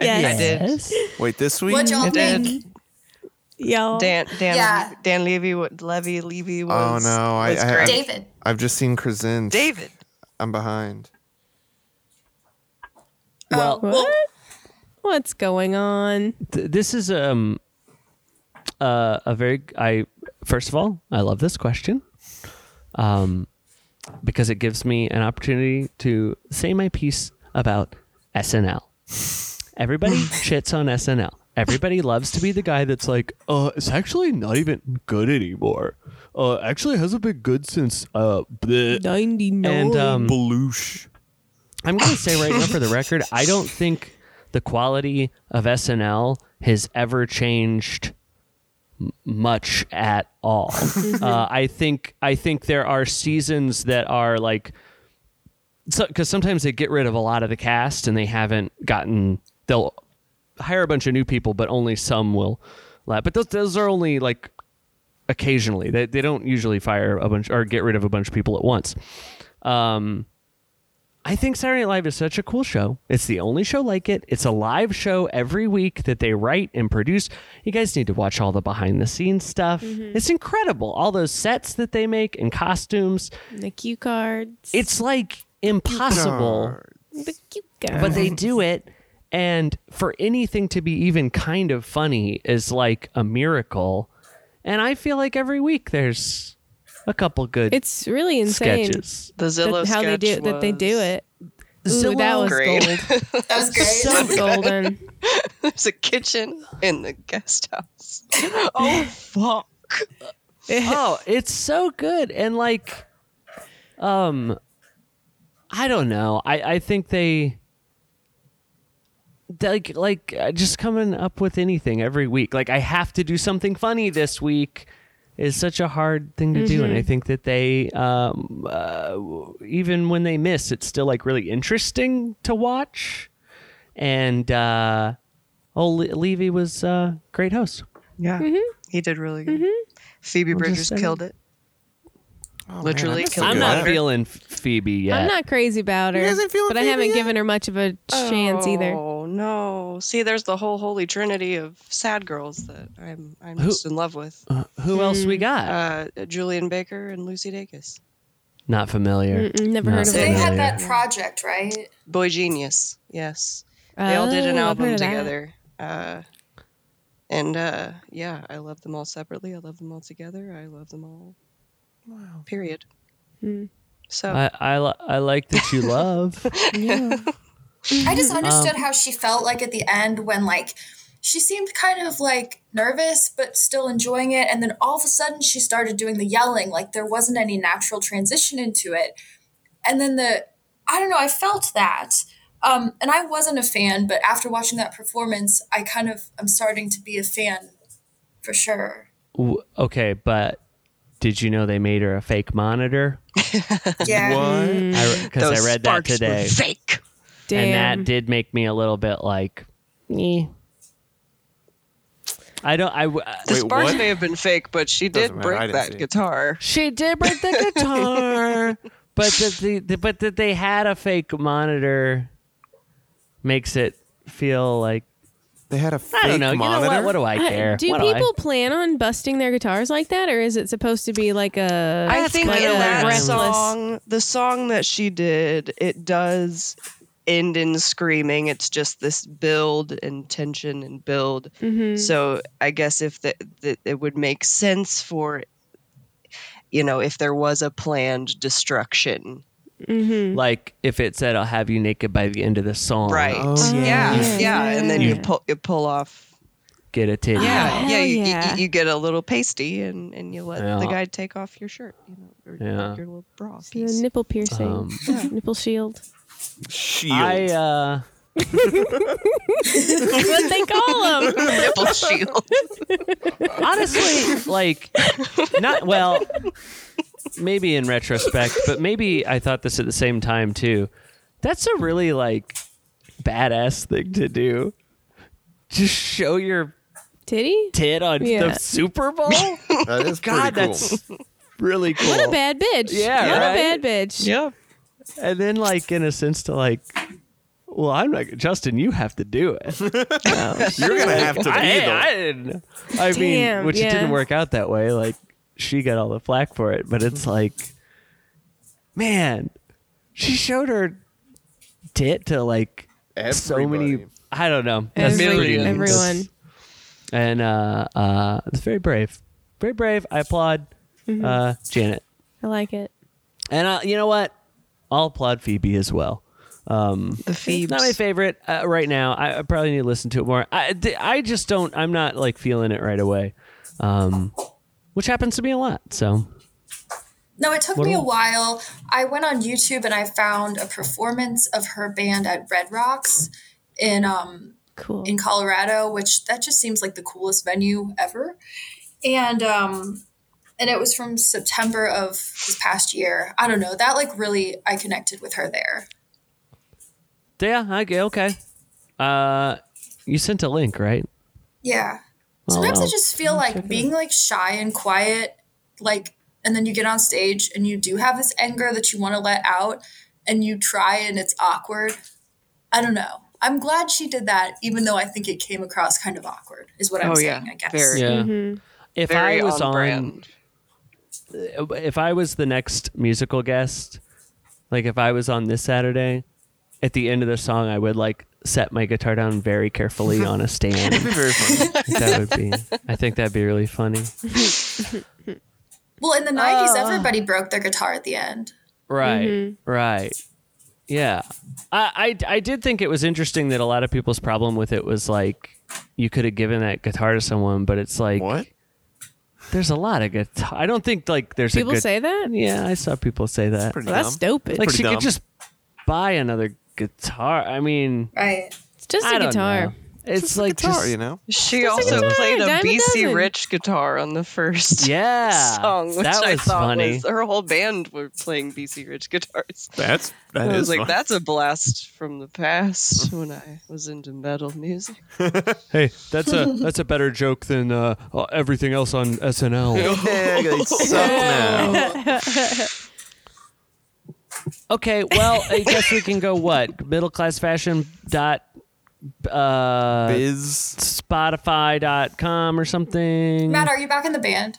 Yes. I did. Wait, this week? What y'all think? Y'all. Dan Dan Yeah. Levy, Dan Levy what Levy Levy Oh was. no, I, was I, great. I David. I've just seen Krasinski. David. I'm behind. Um, well What? What's going on? th- this is um uh, a very I first of all I love this question um because it gives me an opportunity to say my piece about SNL. Everybody shits on SNL. Everybody loves to be the guy that's [LAUGHS] like, uh, it's actually not even good anymore. Uh, actually hasn't been good since uh, bleh." 99. and um, Belush. I'm going to say right now for the record, I don't think the quality of SNL has ever changed m- much at all. uh, I think I think there are seasons that are like because sometimes they get rid of a lot of the cast and they haven't gotten they'll hire a bunch of new people, but only some will. la- But those those are only like occasionally. They they don't usually fire a bunch or get rid of a bunch of people at once. Um, I think Saturday Night Live is such a cool show. It's the only show like it. It's a live show every week that they write and produce. You guys need to watch all the behind the scenes stuff. Mm-hmm. It's incredible. All those sets that they make and costumes. the cue cards. It's like impossible the cue cards. but they do it and for anything to be even kind of funny is like a miracle and i feel like every week there's a couple good it's really insane sketches The that- Zillow how they sketch do that they do was- [LAUGHS] it. Ooh, that was Great. gold. That was [LAUGHS] great. So [LAUGHS] golden. There's a kitchen in the guest [LAUGHS] house. Oh fuck! oh it's so good and like um i don't know i i think they they, like like uh, just coming up with anything every week like i have to do something funny this week is such a hard thing to do and i think that they um uh, w- even when they miss it's still like really interesting to watch and uh oh Le- levy was uh great host Yeah, Mm-hmm. he did really good. Phoebe just Bridgers saying. killed it. Oh, Literally killed i'm good. not Yeah. feeling phoebe yet I'm not crazy about her, You guys ain't feeling but I Phoebe haven't yet? given her much of a chance either. Oh no! See, there's the whole holy trinity of sad girls that I'm I'm Who- just in love with. Oh. Uh, who else we got? Uh, Julian Baker and Lucy Dacus. Not familiar. Mm-mm, never No. heard of So they it. had that project, right? Boy Genius. Yes, they all did an Oh, I've heard album of that. together. Uh, and uh, yeah, I love them all separately. I love them all together. I love them all. Wow. Period. Mm. So I, I, li- I like that [LAUGHS] you love. Yeah. I just understood how she felt like at the end when like she seemed kind of like nervous but still enjoying it and then all of a sudden she started doing the yelling like there wasn't any natural transition into it. And then the I don't know, I felt that. Um, and I wasn't a fan, but after watching that performance, I kind of am starting to be a fan for sure. W- okay, but did you know they made her a fake monitor? Yeah. What? Because I, Mm. those read that sparks were today. Fake. [LAUGHS] And Damn. that did make me a little bit like, eh. I don't. I. w- uh, The Wait, sparks what? may have been fake, but she did Doesn't matter, I break didn't see that it. guitar. she did break the guitar, [LAUGHS] but that the, the but that they had a fake monitor makes it feel like They had a fake I don't know. monitor. You know what? What do I Uh, care? do What people I? plan on busting their guitars like that, or is it supposed to be like a? I think kinda in like that breathless- song, the song that she did, it does end in screaming. It's just this build and tension and build. Mhm. So I guess if that it would make sense for, you know, if there was a planned destruction, Like if it said, "I'll have you naked by the end of the song," right? Oh, yeah. yeah. yeah, and then you Yeah. Oh, pull you pull off. Get a titty. Yeah, hell yeah, you, you- yeah. You, get a little pasty, and, and you let the Yeah. guy take off your shirt, you know, or Yeah. your little bra The piece. nipple piercing, Um, nipple shield. Shield. I uh, what they call them? [LAUGHS] nipple shield. honestly, like, not well. Maybe in retrospect, but maybe I thought this at the same time too. That's a really like badass thing to do. Just show your Titty? tit on Yeah. the Super Bowl. that is [LAUGHS] pretty uh, God, cool. that's really cool. What a bad bitch. Yeah, What a right? bad bitch. yeah. and then like in a sense to like well i'm not justin you have to do [LAUGHS] it Um, You're gonna have to be I, the. I didn't i Damn, mean which yeah. it didn't work out that way like she got all the flack for it but it's like man she showed her tit to like so many Everybody. i don't know That's Every- pretty- Millions. everyone. and uh uh it's very brave very brave i applaud Mm-hmm. uh janet I like it. and uh, you know what i'll applaud phoebe as well The Phoebes. It's not my favorite uh, right now. I, I probably need to listen to it more. I, th- I just don't. I'm not like feeling it right away, um, which happens to me a lot. So No, it took What me do- a while. I went on YouTube and I found a performance of her band at Red Rocks in um, Cool. in Colorado, which that just seems like the coolest venue ever. And um and it was from September of this past year. I don't know. That like really I connected with her there. yeah, I g- okay. Uh, you sent a link, right? Yeah. Oh, Sometimes I wow. just feel like being like shy and quiet, like and then you get on stage and you do have this anger that you want to let out and you try and it's awkward. I don't know. I'm glad she did that, even though I think it came across kind of awkward, is what I'm Oh, saying, yeah. I guess. Very. Yeah. If Very I was on on, brand. if I was the next musical guest, like if I was on this Saturday, at the end of the song, I would like set my guitar down very carefully on a stand. It'd be [LAUGHS] very funny. that would be. I think that'd be really funny. Well, in the 90s, everybody broke their guitar at the end. Right. Mm-hmm. Right. Yeah. I, I I did think it was interesting that a lot of people's problem with it was like you could have given that guitar to someone, but it's like what? there's a lot of guitar. I don't think like there's People a good, say that? Yeah, I saw people say that. Pretty Well, that's dumb. dope. like pretty she dumb. could just buy another guitar. I mean, Right. It's just I a don't guitar. know. It's, It's a like guitar, just you know. She Just a also guitar, played a dime a BC dozen. Rich guitar on the [LAUGHS] first yeah. [LAUGHS] song, which that was I thought funny. was her whole band were playing BC Rich guitars. That's that I is was like, fun. that's a blast from the past when I was into metal music. hey, that's a that's a better joke than uh, everything else on SNL. Yeah, they suck [LAUGHS] now. Okay, well, I guess we can go what middle class fashion dot uh, Biz. Spotify.com or something. Matt, are you back in the band?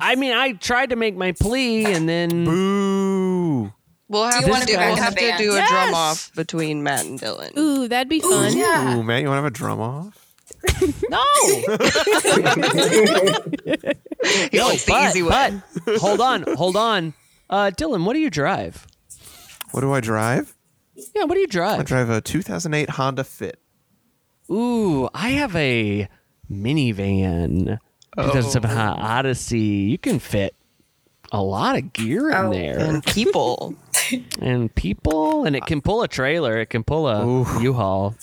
I mean, I tried to make my plea, and then Boo. We'll have, you wanna to, do do, back we'll in the have to band? do a Yes! drum off between Matt and Dylan. Ooh, that'd be Ooh, fun. yeah. Ooh, man, you want to have a drum off? no, He no, wants the but, easy way. but hold on, hold on, uh, Dylan, what do you drive? What do I drive? Yeah, what do you I drive? drive a 2008 Honda Fit. Ooh, I have a minivan, 2007 Hot Odyssey. You can fit a lot of gear in Oh. there. and people. and people, and it can pull a trailer. It can pull a Ooh. U-Haul.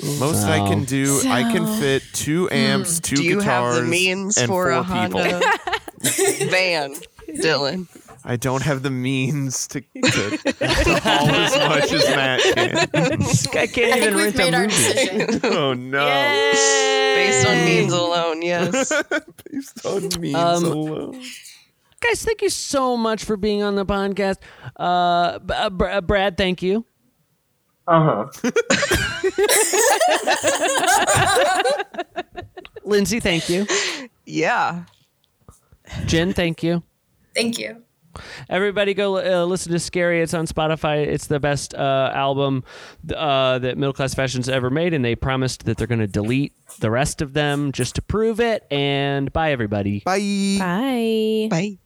[LAUGHS] Most I can do, I can fit two amps, two Hmm. do you guitars, have the means and for a four people. Honda [LAUGHS] van, Dylan? I don't have the means to, to, to haul as much as Matt can. [LAUGHS] I can't I think even we've rent made a our movie. decision. Oh no! Based on means alone, yes. Based on means Um, alone. Guys, thank you so much for being on the podcast. Uh, B- uh, Br- uh, Brad, thank you. Uh huh. [LAUGHS] Lindsay, thank you. Yeah. Jen, thank you. Thank you. Everybody go uh, listen to Scary. It's on Spotify. It's the best uh, album uh, that Middle Class Fashion's ever made, and they promised that they're going to delete the rest of them just to prove it. And bye, everybody. Bye. Bye. Bye.